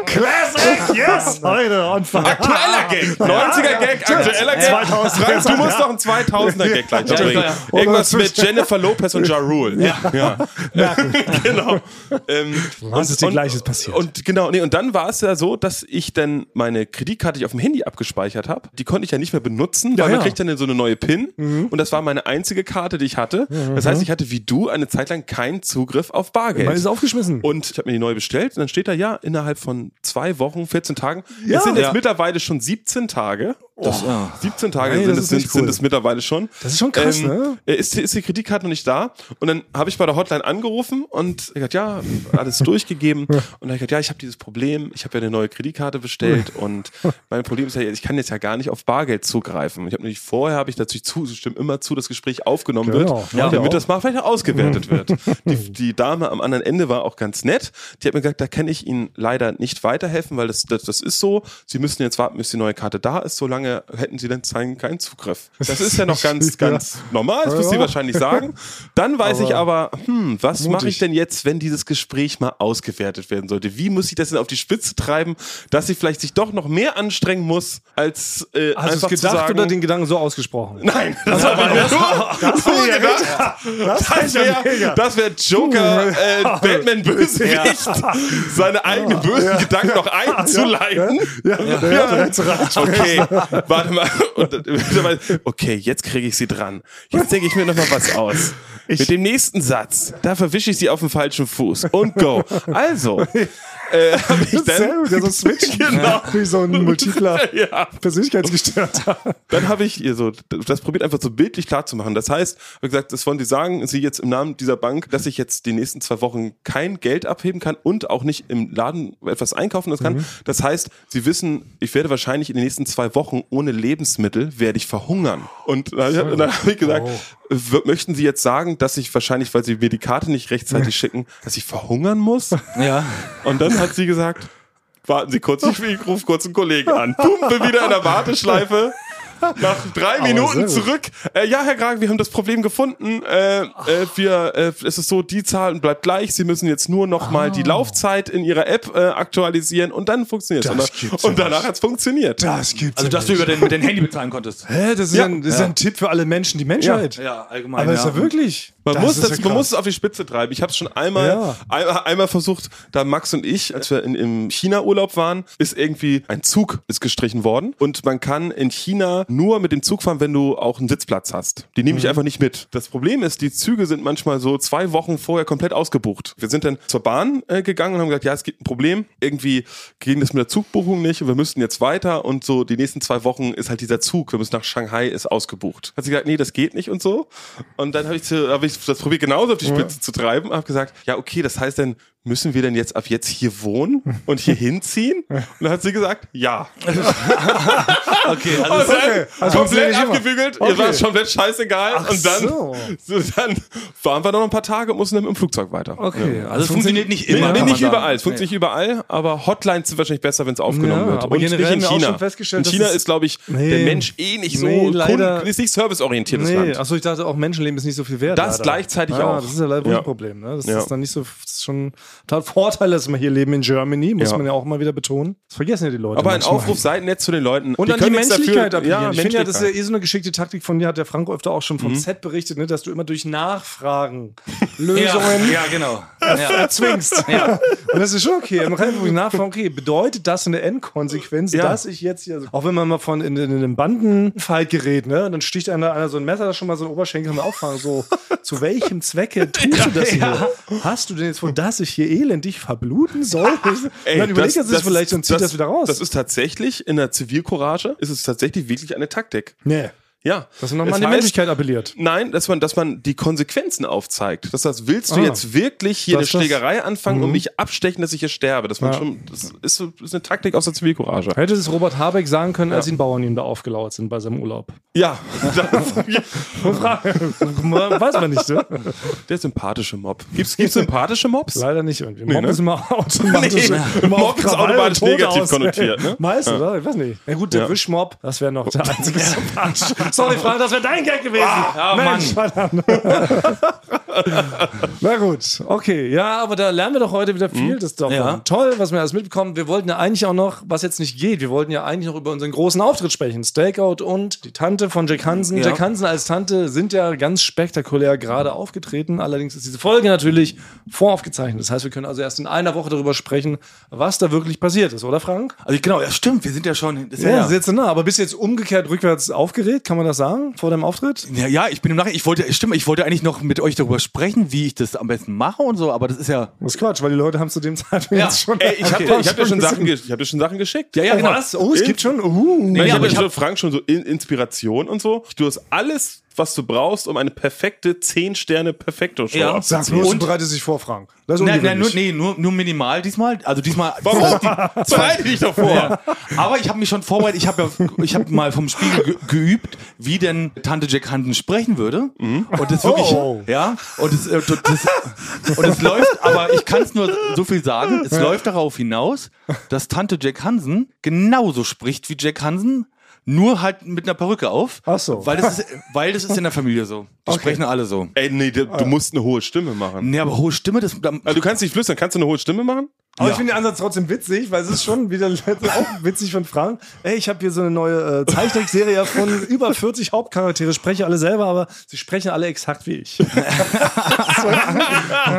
Speaker 2: Classic! Yes! Heute on fire.
Speaker 1: Aktueller Gag. 90er Gag, aktueller Gag.
Speaker 2: 2000er
Speaker 1: Frank, du musst noch einen 2000er Gag gleich noch bringen.
Speaker 3: ja.
Speaker 1: Irgendwas mit Jennifer Lopez und Ja Rule. Ja.
Speaker 2: (laughs)
Speaker 1: (laughs) genau. Ähm,
Speaker 2: Was ist dir Gleiches passiert?
Speaker 1: Und genau, nee, und dann war es ja so, dass ich dann meine Kreditkarte, die ich auf dem Handy abgespeichert habe, die konnte ich ja nicht mehr benutzen, weil man
Speaker 2: ja. Mhm.
Speaker 1: kriegt dann so eine neue PIN und das war meine einzige Karte, die ich hatte. Das heißt, ich hatte wie du eine Zeit lang keinen Zugriff auf Bargeld.
Speaker 2: Man ist aufgeschmissen.
Speaker 1: Und ich habe mir die neu bestellt und dann steht da ja innerhalb von zwei Wochen, 14 Tagen.
Speaker 2: Ja.
Speaker 1: es sind jetzt
Speaker 2: Ja.
Speaker 1: mittlerweile schon 17 Tage.
Speaker 3: Das, ja.
Speaker 1: 17 Tage
Speaker 2: Ey,
Speaker 1: sind,
Speaker 2: das
Speaker 1: es,
Speaker 2: ist
Speaker 1: sind,
Speaker 2: nicht
Speaker 1: sind
Speaker 2: cool.
Speaker 1: es mittlerweile schon.
Speaker 2: Das ist schon krass, ne?
Speaker 1: äh, Ist, die- ist die Kreditkarte noch nicht da? Und dann habe ich bei der Hotline angerufen und gesagt, ja, alles durchgegeben.
Speaker 2: (laughs)
Speaker 1: Und dann hab ich gesagt, ja, ich habe dieses Problem, ich habe ja eine neue Kreditkarte bestellt und mein Problem ist ja, ich kann jetzt ja gar nicht auf Bargeld zugreifen. Ich habe nämlich vorher habe ich natürlich (laughs) zustimmen immer zu, das Gespräch aufgenommen
Speaker 2: Genau,
Speaker 1: wird, ja,
Speaker 2: ja.
Speaker 1: damit das mal vielleicht auch
Speaker 2: (laughs)
Speaker 1: ausgewertet wird. Die, die Dame am anderen Ende war auch ganz nett. Die hat mir gesagt, da kann ich Ihnen leider nicht weiterhelfen, weil das, das, das ist so. Sie müssen jetzt warten, bis die neue Karte da ist. Solange hätten Sie dann zeigen keinen Zugriff. Das ist ja noch ganz,
Speaker 2: (laughs) Ja.
Speaker 1: ganz normal. Das muss sie
Speaker 2: Ja.
Speaker 1: wahrscheinlich sagen. Dann weiß ich aber, hm, was mache ich
Speaker 2: Mutig.
Speaker 1: denn jetzt, wenn dieses Gespräch mal ausgewertet werden sollte? Wie muss ich das denn auf die Spitze treiben, dass sie vielleicht sich doch noch mehr anstrengen muss, als äh,
Speaker 2: Hast du
Speaker 1: einfach
Speaker 2: es
Speaker 1: zu
Speaker 2: gedacht
Speaker 1: sagen,
Speaker 2: oder den Gedanken so ausgesprochen?
Speaker 1: Nein, das habe ich mir nur, nur gedacht. Das wäre das wär Joker, äh, Batman Bösewicht, seine eigenen bösen Gedanken noch einzuleiten. Ja, Okay, warte mal. Und, dann- okay, jetzt kriege ich sie dran. Jetzt denke ich mir nochmal was aus. Mit dem nächsten Satz, da verwische ich sie auf den falschen Fuß. Und go. Also, äh, habe ich
Speaker 2: Sehr
Speaker 1: dann (laughs)
Speaker 2: gut, der so switchen.
Speaker 1: Genau.
Speaker 2: Wie so so ein (laughs) multipler
Speaker 1: Ja.
Speaker 2: Persönlichkeitsgestörter.
Speaker 1: Dann habe ich ihr so, das probiert einfach so bildlich klar zu machen. Das heißt, wie gesagt, das wollen sie sagen, sie jetzt im Namen dieser Bank, dass ich jetzt die nächsten zwei Wochen kein Geld abheben kann und auch nicht im Laden etwas einkaufen das kann. Das heißt, sie wissen, ich werde wahrscheinlich in den nächsten zwei Wochen ohne Lebensmittel werde ich verhungern. Und dann, hab- dann habe ich gesagt, w- möchten Sie jetzt sagen, dass ich wahrscheinlich, weil Sie mir die Karte nicht rechtzeitig schicken, dass ich verhungern muss?
Speaker 3: Ja.
Speaker 1: Und dann hat sie gesagt, warten Sie kurz, ich, ich rufe kurz einen Kollegen an. Pumpe wieder in der Warteschleife. Nach drei
Speaker 2: sehr
Speaker 1: Minuten
Speaker 2: gut.
Speaker 1: zurück. Äh, ja, Herr Kragen, wir haben das Problem gefunden. Äh, äh, wir, äh, es ist so, die Zahl bleibt gleich. Sie müssen jetzt nur noch mal
Speaker 2: Ah.
Speaker 1: die Laufzeit in Ihrer App äh, aktualisieren und dann funktioniert es.
Speaker 2: Das
Speaker 1: Und,
Speaker 2: gibt's
Speaker 1: dann- und
Speaker 2: ja
Speaker 1: danach
Speaker 2: nicht.
Speaker 1: hat es funktioniert.
Speaker 2: (laughs) Das gibt's
Speaker 3: Also, dass du über dein, mit dein Handy bezahlen konntest.
Speaker 2: Hä, das ist,
Speaker 1: Ja.
Speaker 2: ein, das ist ein Tipp für alle Menschen, die Menschheit.
Speaker 3: Ja, allgemein.
Speaker 2: Aber
Speaker 3: ja.
Speaker 2: ist ja wirklich.
Speaker 1: Man,
Speaker 2: das
Speaker 1: muss
Speaker 2: ist
Speaker 1: das,
Speaker 2: ja
Speaker 1: man
Speaker 2: krass.
Speaker 1: muss es auf die Spitze treiben. Ich habe es schon einmal,
Speaker 2: Ja.
Speaker 1: einmal, einmal versucht, da Max und ich, als wir in, im China-Urlaub waren, ist irgendwie ein Zug ist gestrichen worden. Und man kann in China nur mit dem Zug fahren, wenn du auch einen Sitzplatz hast. Die nehme
Speaker 2: Mhm.
Speaker 1: ich einfach nicht mit. Das Problem ist, die Züge sind manchmal so zwei Wochen vorher komplett ausgebucht. Wir sind dann zur Bahn äh, gegangen und haben gesagt, ja, es gibt ein Problem. Irgendwie ging das mit der Zugbuchung nicht und wir müssen jetzt weiter. Und so die nächsten zwei Wochen ist halt dieser Zug, wir müssen nach Shanghai, ist ausgebucht. Hat sie gesagt, nee, das geht nicht und so. Und dann habe ich, zu- hab ich das probiert, genauso auf die Spitze zu treiben. Habe gesagt, ja, okay, das heißt dann, müssen wir denn jetzt ab jetzt hier wohnen und
Speaker 2: (laughs)
Speaker 1: hier hinziehen? Und dann hat sie gesagt, ja.
Speaker 3: Okay, also,
Speaker 1: Und
Speaker 2: (laughs)
Speaker 1: dann komplett
Speaker 2: also funktioniert immer.
Speaker 1: abgebügelt, ihr
Speaker 2: Okay.
Speaker 1: war es komplett scheißegal.
Speaker 2: Ach
Speaker 1: und dann,
Speaker 2: so.
Speaker 1: (laughs) so, dann waren wir noch ein paar Tage und mussten dann mit dem Flugzeug weiter.
Speaker 2: Okay,
Speaker 3: also es funktioniert nicht immer.
Speaker 1: Nee,
Speaker 3: kann man
Speaker 1: nicht
Speaker 3: sagen.
Speaker 1: überall. Es funktioniert nicht überall, aber Hotlines sind wahrscheinlich besser, wenn es aufgenommen
Speaker 2: Ja,
Speaker 1: wird.
Speaker 2: aber generell
Speaker 1: nicht
Speaker 2: haben
Speaker 1: in
Speaker 2: wir auch
Speaker 1: China.
Speaker 2: schon festgestellt,
Speaker 1: in
Speaker 2: dass
Speaker 1: China
Speaker 2: es-
Speaker 1: ist, glaube ich, der
Speaker 2: Nee.
Speaker 1: Mensch eh nicht so
Speaker 2: Nee,
Speaker 1: Kunden-
Speaker 2: leider-
Speaker 1: ist nicht serviceorientiertes
Speaker 2: Nee, also
Speaker 1: Land.
Speaker 2: achso, ich dachte auch, Menschenleben ist nicht so viel wert.
Speaker 1: Das
Speaker 2: leider.
Speaker 1: gleichzeitig
Speaker 2: ah,
Speaker 1: auch.
Speaker 2: Das ist ja leider
Speaker 1: Ja.
Speaker 2: ein Problem. Ne? Das
Speaker 1: Ja.
Speaker 2: ist dann nicht so, das ist schon total Vorteil, dass wir hier leben in Germany, muss
Speaker 1: Ja.
Speaker 2: man ja auch mal wieder betonen. Das vergessen ja die Leute.
Speaker 1: aber ein
Speaker 2: manchmal.
Speaker 1: Aufruf, seid nett zu den Leuten.
Speaker 2: Und an die
Speaker 1: können nichts
Speaker 2: Menschlichkeit
Speaker 1: dafür.
Speaker 2: appellieren.
Speaker 1: Ja,
Speaker 2: ich finde ja, das ist ja
Speaker 1: Menschlichkeit. Mhm.
Speaker 2: eh so eine geschickte Taktik von dir, hat der Franco öfter auch schon vom Set berichtet, ne, dass du immer
Speaker 1: (laughs)
Speaker 2: durch Nachfragen Lösungen
Speaker 3: Ja, ja genau. Ja.
Speaker 2: zwingst.
Speaker 3: Ja.
Speaker 2: Und das ist schon okay. Man kann einfach ruhig nachfragen, okay, bedeutet das in der Endkonsequenz,
Speaker 1: Ja.
Speaker 2: dass ich jetzt hier, also auch wenn man mal von in, in einem Bandenfight gerät, ne, und dann sticht einer, einer so ein Messer, das schon mal so ein Oberschenkel kann man
Speaker 1: (laughs)
Speaker 2: auffragen, so, zu welchem Zwecke tust du das hier? Hast du denn jetzt vor, dass ich hier elendig verbluten soll?
Speaker 1: (laughs) Ey,
Speaker 2: dann überlegt er sich das vielleicht und zieht das, wieder raus.
Speaker 1: Das ist tatsächlich in der Zivilcourage, ist es tatsächlich wirklich eine Taktik.
Speaker 2: nee.
Speaker 1: Ja.
Speaker 2: Dass man nochmal
Speaker 1: Es
Speaker 2: an die
Speaker 1: heißt-
Speaker 2: Menschlichkeit appelliert.
Speaker 1: Nein, dass man, dass man die Konsequenzen aufzeigt. Dass das willst du
Speaker 2: Ah.
Speaker 1: jetzt wirklich hier
Speaker 2: Das-
Speaker 1: eine
Speaker 2: das-
Speaker 1: Schlägerei anfangen und mich abstechen, dass ich hier sterbe. Dass man
Speaker 2: Ja.
Speaker 1: schon, das ist, so- ist eine Taktik aus der Zivilcourage.
Speaker 2: Hätte es Robert Habeck sagen können, als ihn Bauern ihm da aufgelauert sind bei seinem Urlaub.
Speaker 1: Ja, (laughs) das- ja.
Speaker 2: (laughs) Weiß man nicht, ne?
Speaker 1: der sympathische Mob. Gibt's, gibt's sympathische Mobs?
Speaker 2: Leider nicht irgendwie. Mob
Speaker 1: ne? (laughs)
Speaker 2: ist immer automatisch.
Speaker 1: Nee.
Speaker 2: Immer auf
Speaker 1: Mob ist
Speaker 2: Krawall
Speaker 1: automatisch
Speaker 2: und tot
Speaker 1: negativ
Speaker 2: aus.
Speaker 1: konnotiert, ne?
Speaker 2: Meist, oder? Ich weiß nicht. Na gut, der
Speaker 1: Ja.
Speaker 2: Wischmob, das wäre noch
Speaker 1: (laughs)
Speaker 2: der einzige sympathisch. Sorry, Frank, das wäre dein Gag gewesen.
Speaker 3: Ah,
Speaker 2: Mensch, verdammt. Na gut, okay. Ja, aber da lernen wir doch heute wieder
Speaker 1: Hm?
Speaker 2: viel das davon.
Speaker 3: Ja.
Speaker 2: Toll, was wir alles mitbekommen. Wir wollten ja eigentlich auch noch, was jetzt nicht geht, wir wollten ja eigentlich noch über unseren großen Auftritt sprechen. Stakeout und die Tante von Jack Hansen.
Speaker 3: Ja.
Speaker 2: Jack Hansen als Tante sind ja ganz spektakulär gerade aufgetreten. Allerdings ist diese Folge natürlich voraufgezeichnet. Das heißt, wir können also erst in einer Woche darüber sprechen, was da wirklich passiert ist, oder Frank?
Speaker 3: Also ich- genau, ja stimmt, wir sind ja schon. Das ist
Speaker 2: Ja,
Speaker 3: ja, ja.
Speaker 2: sitze nah. Aber bist du jetzt umgekehrt rückwärts aufgeregt, kann man das sagen, vor deinem Auftritt?
Speaker 3: Ja, ja, ich bin im Nachhinein, ich wollte, stimmt, ich wollte eigentlich noch mit euch darüber sprechen, wie ich das am besten mache und so, aber das ist ja.
Speaker 2: Das ist Quatsch, weil die Leute haben zu dem Zeitpunkt
Speaker 3: Ja.
Speaker 2: jetzt schon.
Speaker 1: Ey,
Speaker 2: (laughs)
Speaker 1: ich habe
Speaker 2: Okay.
Speaker 1: dir, ich hab dir schon Sachen, ge- ich hab dir schon Sachen geschickt. genau.
Speaker 3: Ja,
Speaker 2: Oh, was? Oh, es gibt schon. Uh.
Speaker 1: Nein,
Speaker 3: Nee,
Speaker 1: ich
Speaker 3: aber
Speaker 1: habe
Speaker 3: ich
Speaker 1: schon Frank schon so in Inspiration und so. Du hast alles, was du brauchst, um eine perfekte 10 Sterne Perfekto Show
Speaker 3: Ja.
Speaker 1: abzuziehen.
Speaker 2: Sag bloß
Speaker 3: Und-
Speaker 2: und bereite sich vor, Frank. Das ist
Speaker 3: Nein, nein, nur,
Speaker 2: ungewöhnlich.
Speaker 3: nee, nur, nur minimal diesmal. Also
Speaker 2: (laughs)
Speaker 3: diesmal.
Speaker 1: Warum? Bereite dich doch vor.
Speaker 3: Ja. Aber ich habe mich schon vorbereitet, ich habe ja, ich habe mal vom Spiegel ge geübt, wie denn Tante Jack Hansen sprechen würde. Und das wirklich,
Speaker 2: Oh.
Speaker 3: ja, und es, äh, das, und es läuft, aber ich kann es nur so viel sagen, es läuft darauf hinaus, dass Tante Jack Hansen genauso spricht wie Jack Hansen, nur halt mit einer Perücke auf.
Speaker 2: Ach so.
Speaker 3: Weil das ist, weil das ist in der Familie so. Die sprechen alle so.
Speaker 1: Ey, nee, du, du musst eine hohe Stimme machen.
Speaker 3: Nee, aber hohe Stimme, das, da-
Speaker 1: Also, du kannst nicht flüstern, kannst du eine hohe Stimme machen?
Speaker 2: Aber
Speaker 3: Ja.
Speaker 2: ich finde den Ansatz trotzdem witzig, weil es ist schon wieder (laughs) auch witzig von Frank. Ey, ich habe hier so eine neue äh, Zeichentrickserie (laughs) erfunden. über 40 Hauptcharaktere, spreche alle selber, aber sie sprechen alle exakt wie ich. (laughs)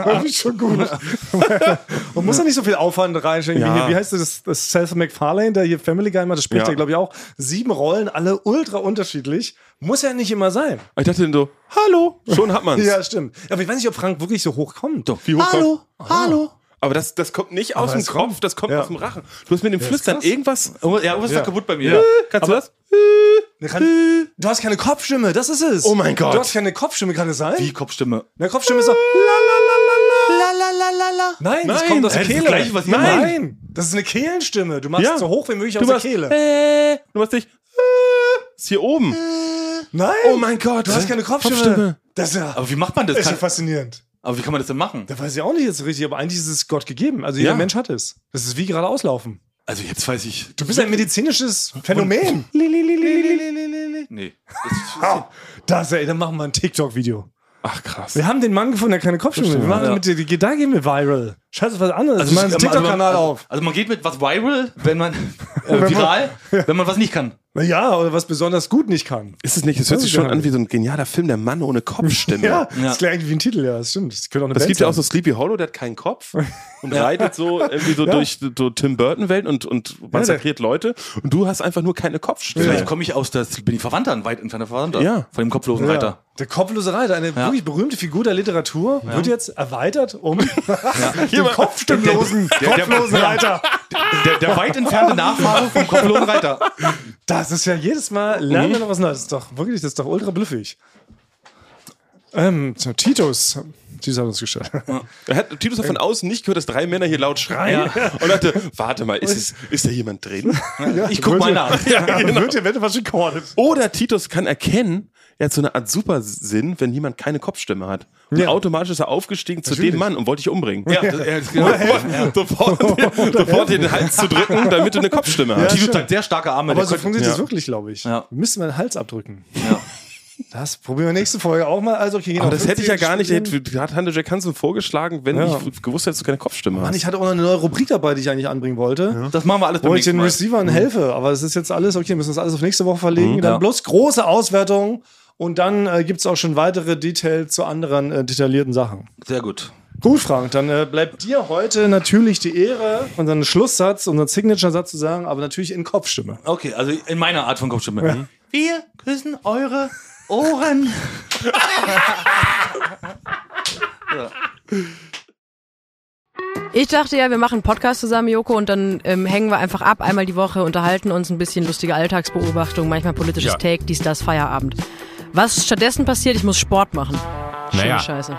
Speaker 2: das ist schon (laughs) gut. Man muss ja nicht so viel Aufwand reinstecken.
Speaker 1: Ja.
Speaker 2: Wie, hier, wie heißt das? das Seth MacFarlane, der hier Family Guy macht, das spricht
Speaker 1: Ja.
Speaker 2: ja, glaube ich, auch. Sieben Rollen, alle ultra unterschiedlich. Muss ja nicht immer sein.
Speaker 1: Ah, Ich dachte dann so, hallo, schon hat man's.
Speaker 2: (laughs) Ja, stimmt. Aber ich weiß nicht, ob Frank wirklich so hoch kommt. Ah.
Speaker 1: Wie hoch
Speaker 3: Hallo, hallo.
Speaker 1: Aber das, das kommt nicht aus dem
Speaker 2: es
Speaker 1: Kopf,
Speaker 2: kommt.
Speaker 1: das kommt
Speaker 2: Ja.
Speaker 1: aus dem Rachen. Du hast mit dem
Speaker 2: ist
Speaker 1: Flüstern
Speaker 2: krass.
Speaker 1: irgendwas.
Speaker 3: Oh, ja, irgendwas ist
Speaker 2: Ja.
Speaker 3: da kaputt bei mir.
Speaker 1: Ja. Kannst du das?
Speaker 2: Ne,
Speaker 1: Äh.
Speaker 2: Kann, du hast keine Kopfstimme, das ist es.
Speaker 1: Oh mein Gott.
Speaker 2: Du hast keine Kopfstimme, kann es sein?
Speaker 3: Die Kopfstimme.
Speaker 2: Eine Kopfstimme ist so.
Speaker 1: Äh.
Speaker 2: Nein, das
Speaker 1: Nein.
Speaker 2: kommt aus der
Speaker 1: Äh, das
Speaker 2: Kehle.
Speaker 1: Gleiche, was ihr
Speaker 2: Nein.
Speaker 1: macht.
Speaker 2: Nein, das ist eine Kehlenstimme. Du machst
Speaker 1: Ja.
Speaker 2: so hoch wie möglich aus
Speaker 1: machst,
Speaker 2: der Kehle.
Speaker 1: Äh, du machst dich. Äh, ist hier oben.
Speaker 2: Nein.
Speaker 1: Oh mein Gott.
Speaker 2: Du hast keine Kopfstimme.
Speaker 1: Kopfstimme.
Speaker 2: Das ist ja,
Speaker 3: Aber wie macht man das?
Speaker 2: ist ja
Speaker 3: Kann,
Speaker 2: faszinierend.
Speaker 3: aber wie kann man das denn machen?
Speaker 2: Da weiß ich auch nicht jetzt richtig, aber eigentlich ist es Gott gegeben. Also jeder
Speaker 1: Ja.
Speaker 2: Mensch hat es. Das ist wie gerade auslaufen.
Speaker 3: Also jetzt weiß ich.
Speaker 2: Du bist ein medizinisches (laughs) Phänomen.
Speaker 3: Nee. Das,
Speaker 2: Das, ey, dann machen wir ein TikTok-Video.
Speaker 1: Ach krass.
Speaker 2: Wir haben den Mann gefunden, der keine Kopfstimme hat. Wir machen
Speaker 3: Ja.
Speaker 2: mit, dir- da gehen wir viral. Scheiß auf was anderes. Also, wir machen einen
Speaker 3: also man-
Speaker 2: TikTok-Kanal
Speaker 3: also,
Speaker 2: auf.
Speaker 3: Also man geht mit was viral, (laughs) wenn man äh, viral, wenn man was nicht kann.
Speaker 2: Na Ja, oder was besonders gut nicht kann.
Speaker 1: Ist es nicht, es hört
Speaker 2: Das
Speaker 1: sich
Speaker 2: ist
Speaker 1: schon
Speaker 2: ja
Speaker 1: an wie so ein genialer Film, der Mann ohne Kopfstimme.
Speaker 2: Ja,
Speaker 1: ja.
Speaker 2: das klingt eigentlich wie ein Titel, ja, das stimmt. Das könnte auch eine
Speaker 1: Es
Speaker 2: Band
Speaker 1: gibt ja auch
Speaker 2: sein.
Speaker 1: so Sleepy Hollow, der hat keinen Kopf und reitet so irgendwie so durch so Tim Burton-Welt und, und massakriert Leute. Und du hast einfach nur keine
Speaker 3: Vielleicht
Speaker 1: Kopfstimme.
Speaker 3: komme ich aus das bin ich Verwandter, ein weit entfernter Verwandter
Speaker 1: Ja.
Speaker 3: von dem kopflosen
Speaker 2: Ja.
Speaker 3: Reiter.
Speaker 2: Der kopflose Reiter, eine wirklich berühmte Figur der Literatur, wird jetzt erweitert um den
Speaker 1: mal-
Speaker 2: kopfstimmlosen, kopflosen Reiter.
Speaker 3: Der, der weit entfernte Nachfahre vom kopflosen Reiter.
Speaker 2: Das ist ja jedes Mal, lernen wir noch was Neues. Das ist doch wirklich, das ist doch ultra blüffig. Ähm, so, Titus, Titus hat uns geschafft.
Speaker 1: Er hat Titus hat von außen nicht gehört, dass drei Männer hier laut schreien (laughs) und dachte, warte mal, ist, es, ist da jemand drin?
Speaker 3: Ich guck
Speaker 2: (laughs)
Speaker 3: mal nach.
Speaker 2: Wird der Wette was recorded.
Speaker 1: Oder Titus kann erkennen, er hat so eine Art Supersinn, wenn jemand keine Kopfstimme hat. Und
Speaker 2: Ja.
Speaker 1: automatisch ist er aufgestiegen zu dem Mann und wollte dich umbringen.
Speaker 3: (laughs)
Speaker 1: (laughs)
Speaker 3: Ja, das, ja, das, genau.
Speaker 1: Sofort, (laughs) sofort dir den Hals zu drücken, damit du eine Kopfstimme hast.
Speaker 3: Tito hat halt sehr starke Arme.
Speaker 2: Aber
Speaker 3: der
Speaker 2: so
Speaker 3: könnte-
Speaker 2: funktioniert
Speaker 1: ja.
Speaker 2: das wirklich, glaube ich.
Speaker 3: Ja.
Speaker 2: Wir müssen mal den Hals abdrücken.
Speaker 3: Ja.
Speaker 2: (laughs) Das probieren wir nächste Folge auch mal. Also, okay, genau.
Speaker 1: Aber das hätte ich ja
Speaker 2: 50
Speaker 1: gar nicht,
Speaker 2: Spielen.
Speaker 1: hätte, hat Hunter Jack Hansen vorgeschlagen, wenn
Speaker 2: Ja.
Speaker 1: ich gewusst hätte, dass du keine Kopfstimme
Speaker 2: Mann,
Speaker 1: hast.
Speaker 2: ich hatte auch noch eine neue Rubrik dabei, die ich eigentlich anbringen wollte.
Speaker 3: das machen wir alles beim
Speaker 2: Wo ich
Speaker 3: nächsten
Speaker 2: den
Speaker 3: Mal.
Speaker 2: Receivern helfe. Aber es ist jetzt alles, okay, müssen wir das alles auf nächste Woche verlegen.
Speaker 1: Mhm,
Speaker 2: dann
Speaker 3: ja.
Speaker 2: bloß große Auswertungen. Und dann äh, gibt es auch schon weitere Details zu anderen äh, detaillierten Sachen.
Speaker 3: Sehr gut.
Speaker 2: Gut, Frank, dann äh, bleibt dir heute natürlich die Ehre, unseren Schlusssatz, unseren Signature-Satz zu sagen, aber natürlich in Kopfstimme.
Speaker 3: Okay, also in meiner Art von Kopfstimme. Wir küssen eure Ohren.
Speaker 5: Ich dachte ja, wir machen einen Podcast zusammen, Joko, und dann ähm, hängen wir einfach ab, einmal die Woche, unterhalten uns ein bisschen lustige Alltagsbeobachtung, manchmal politisches
Speaker 6: Ja.
Speaker 5: Take, dies, das, Feierabend. Was stattdessen passiert, ich muss Sport machen. Schöne
Speaker 6: Naja.
Speaker 5: Scheiße.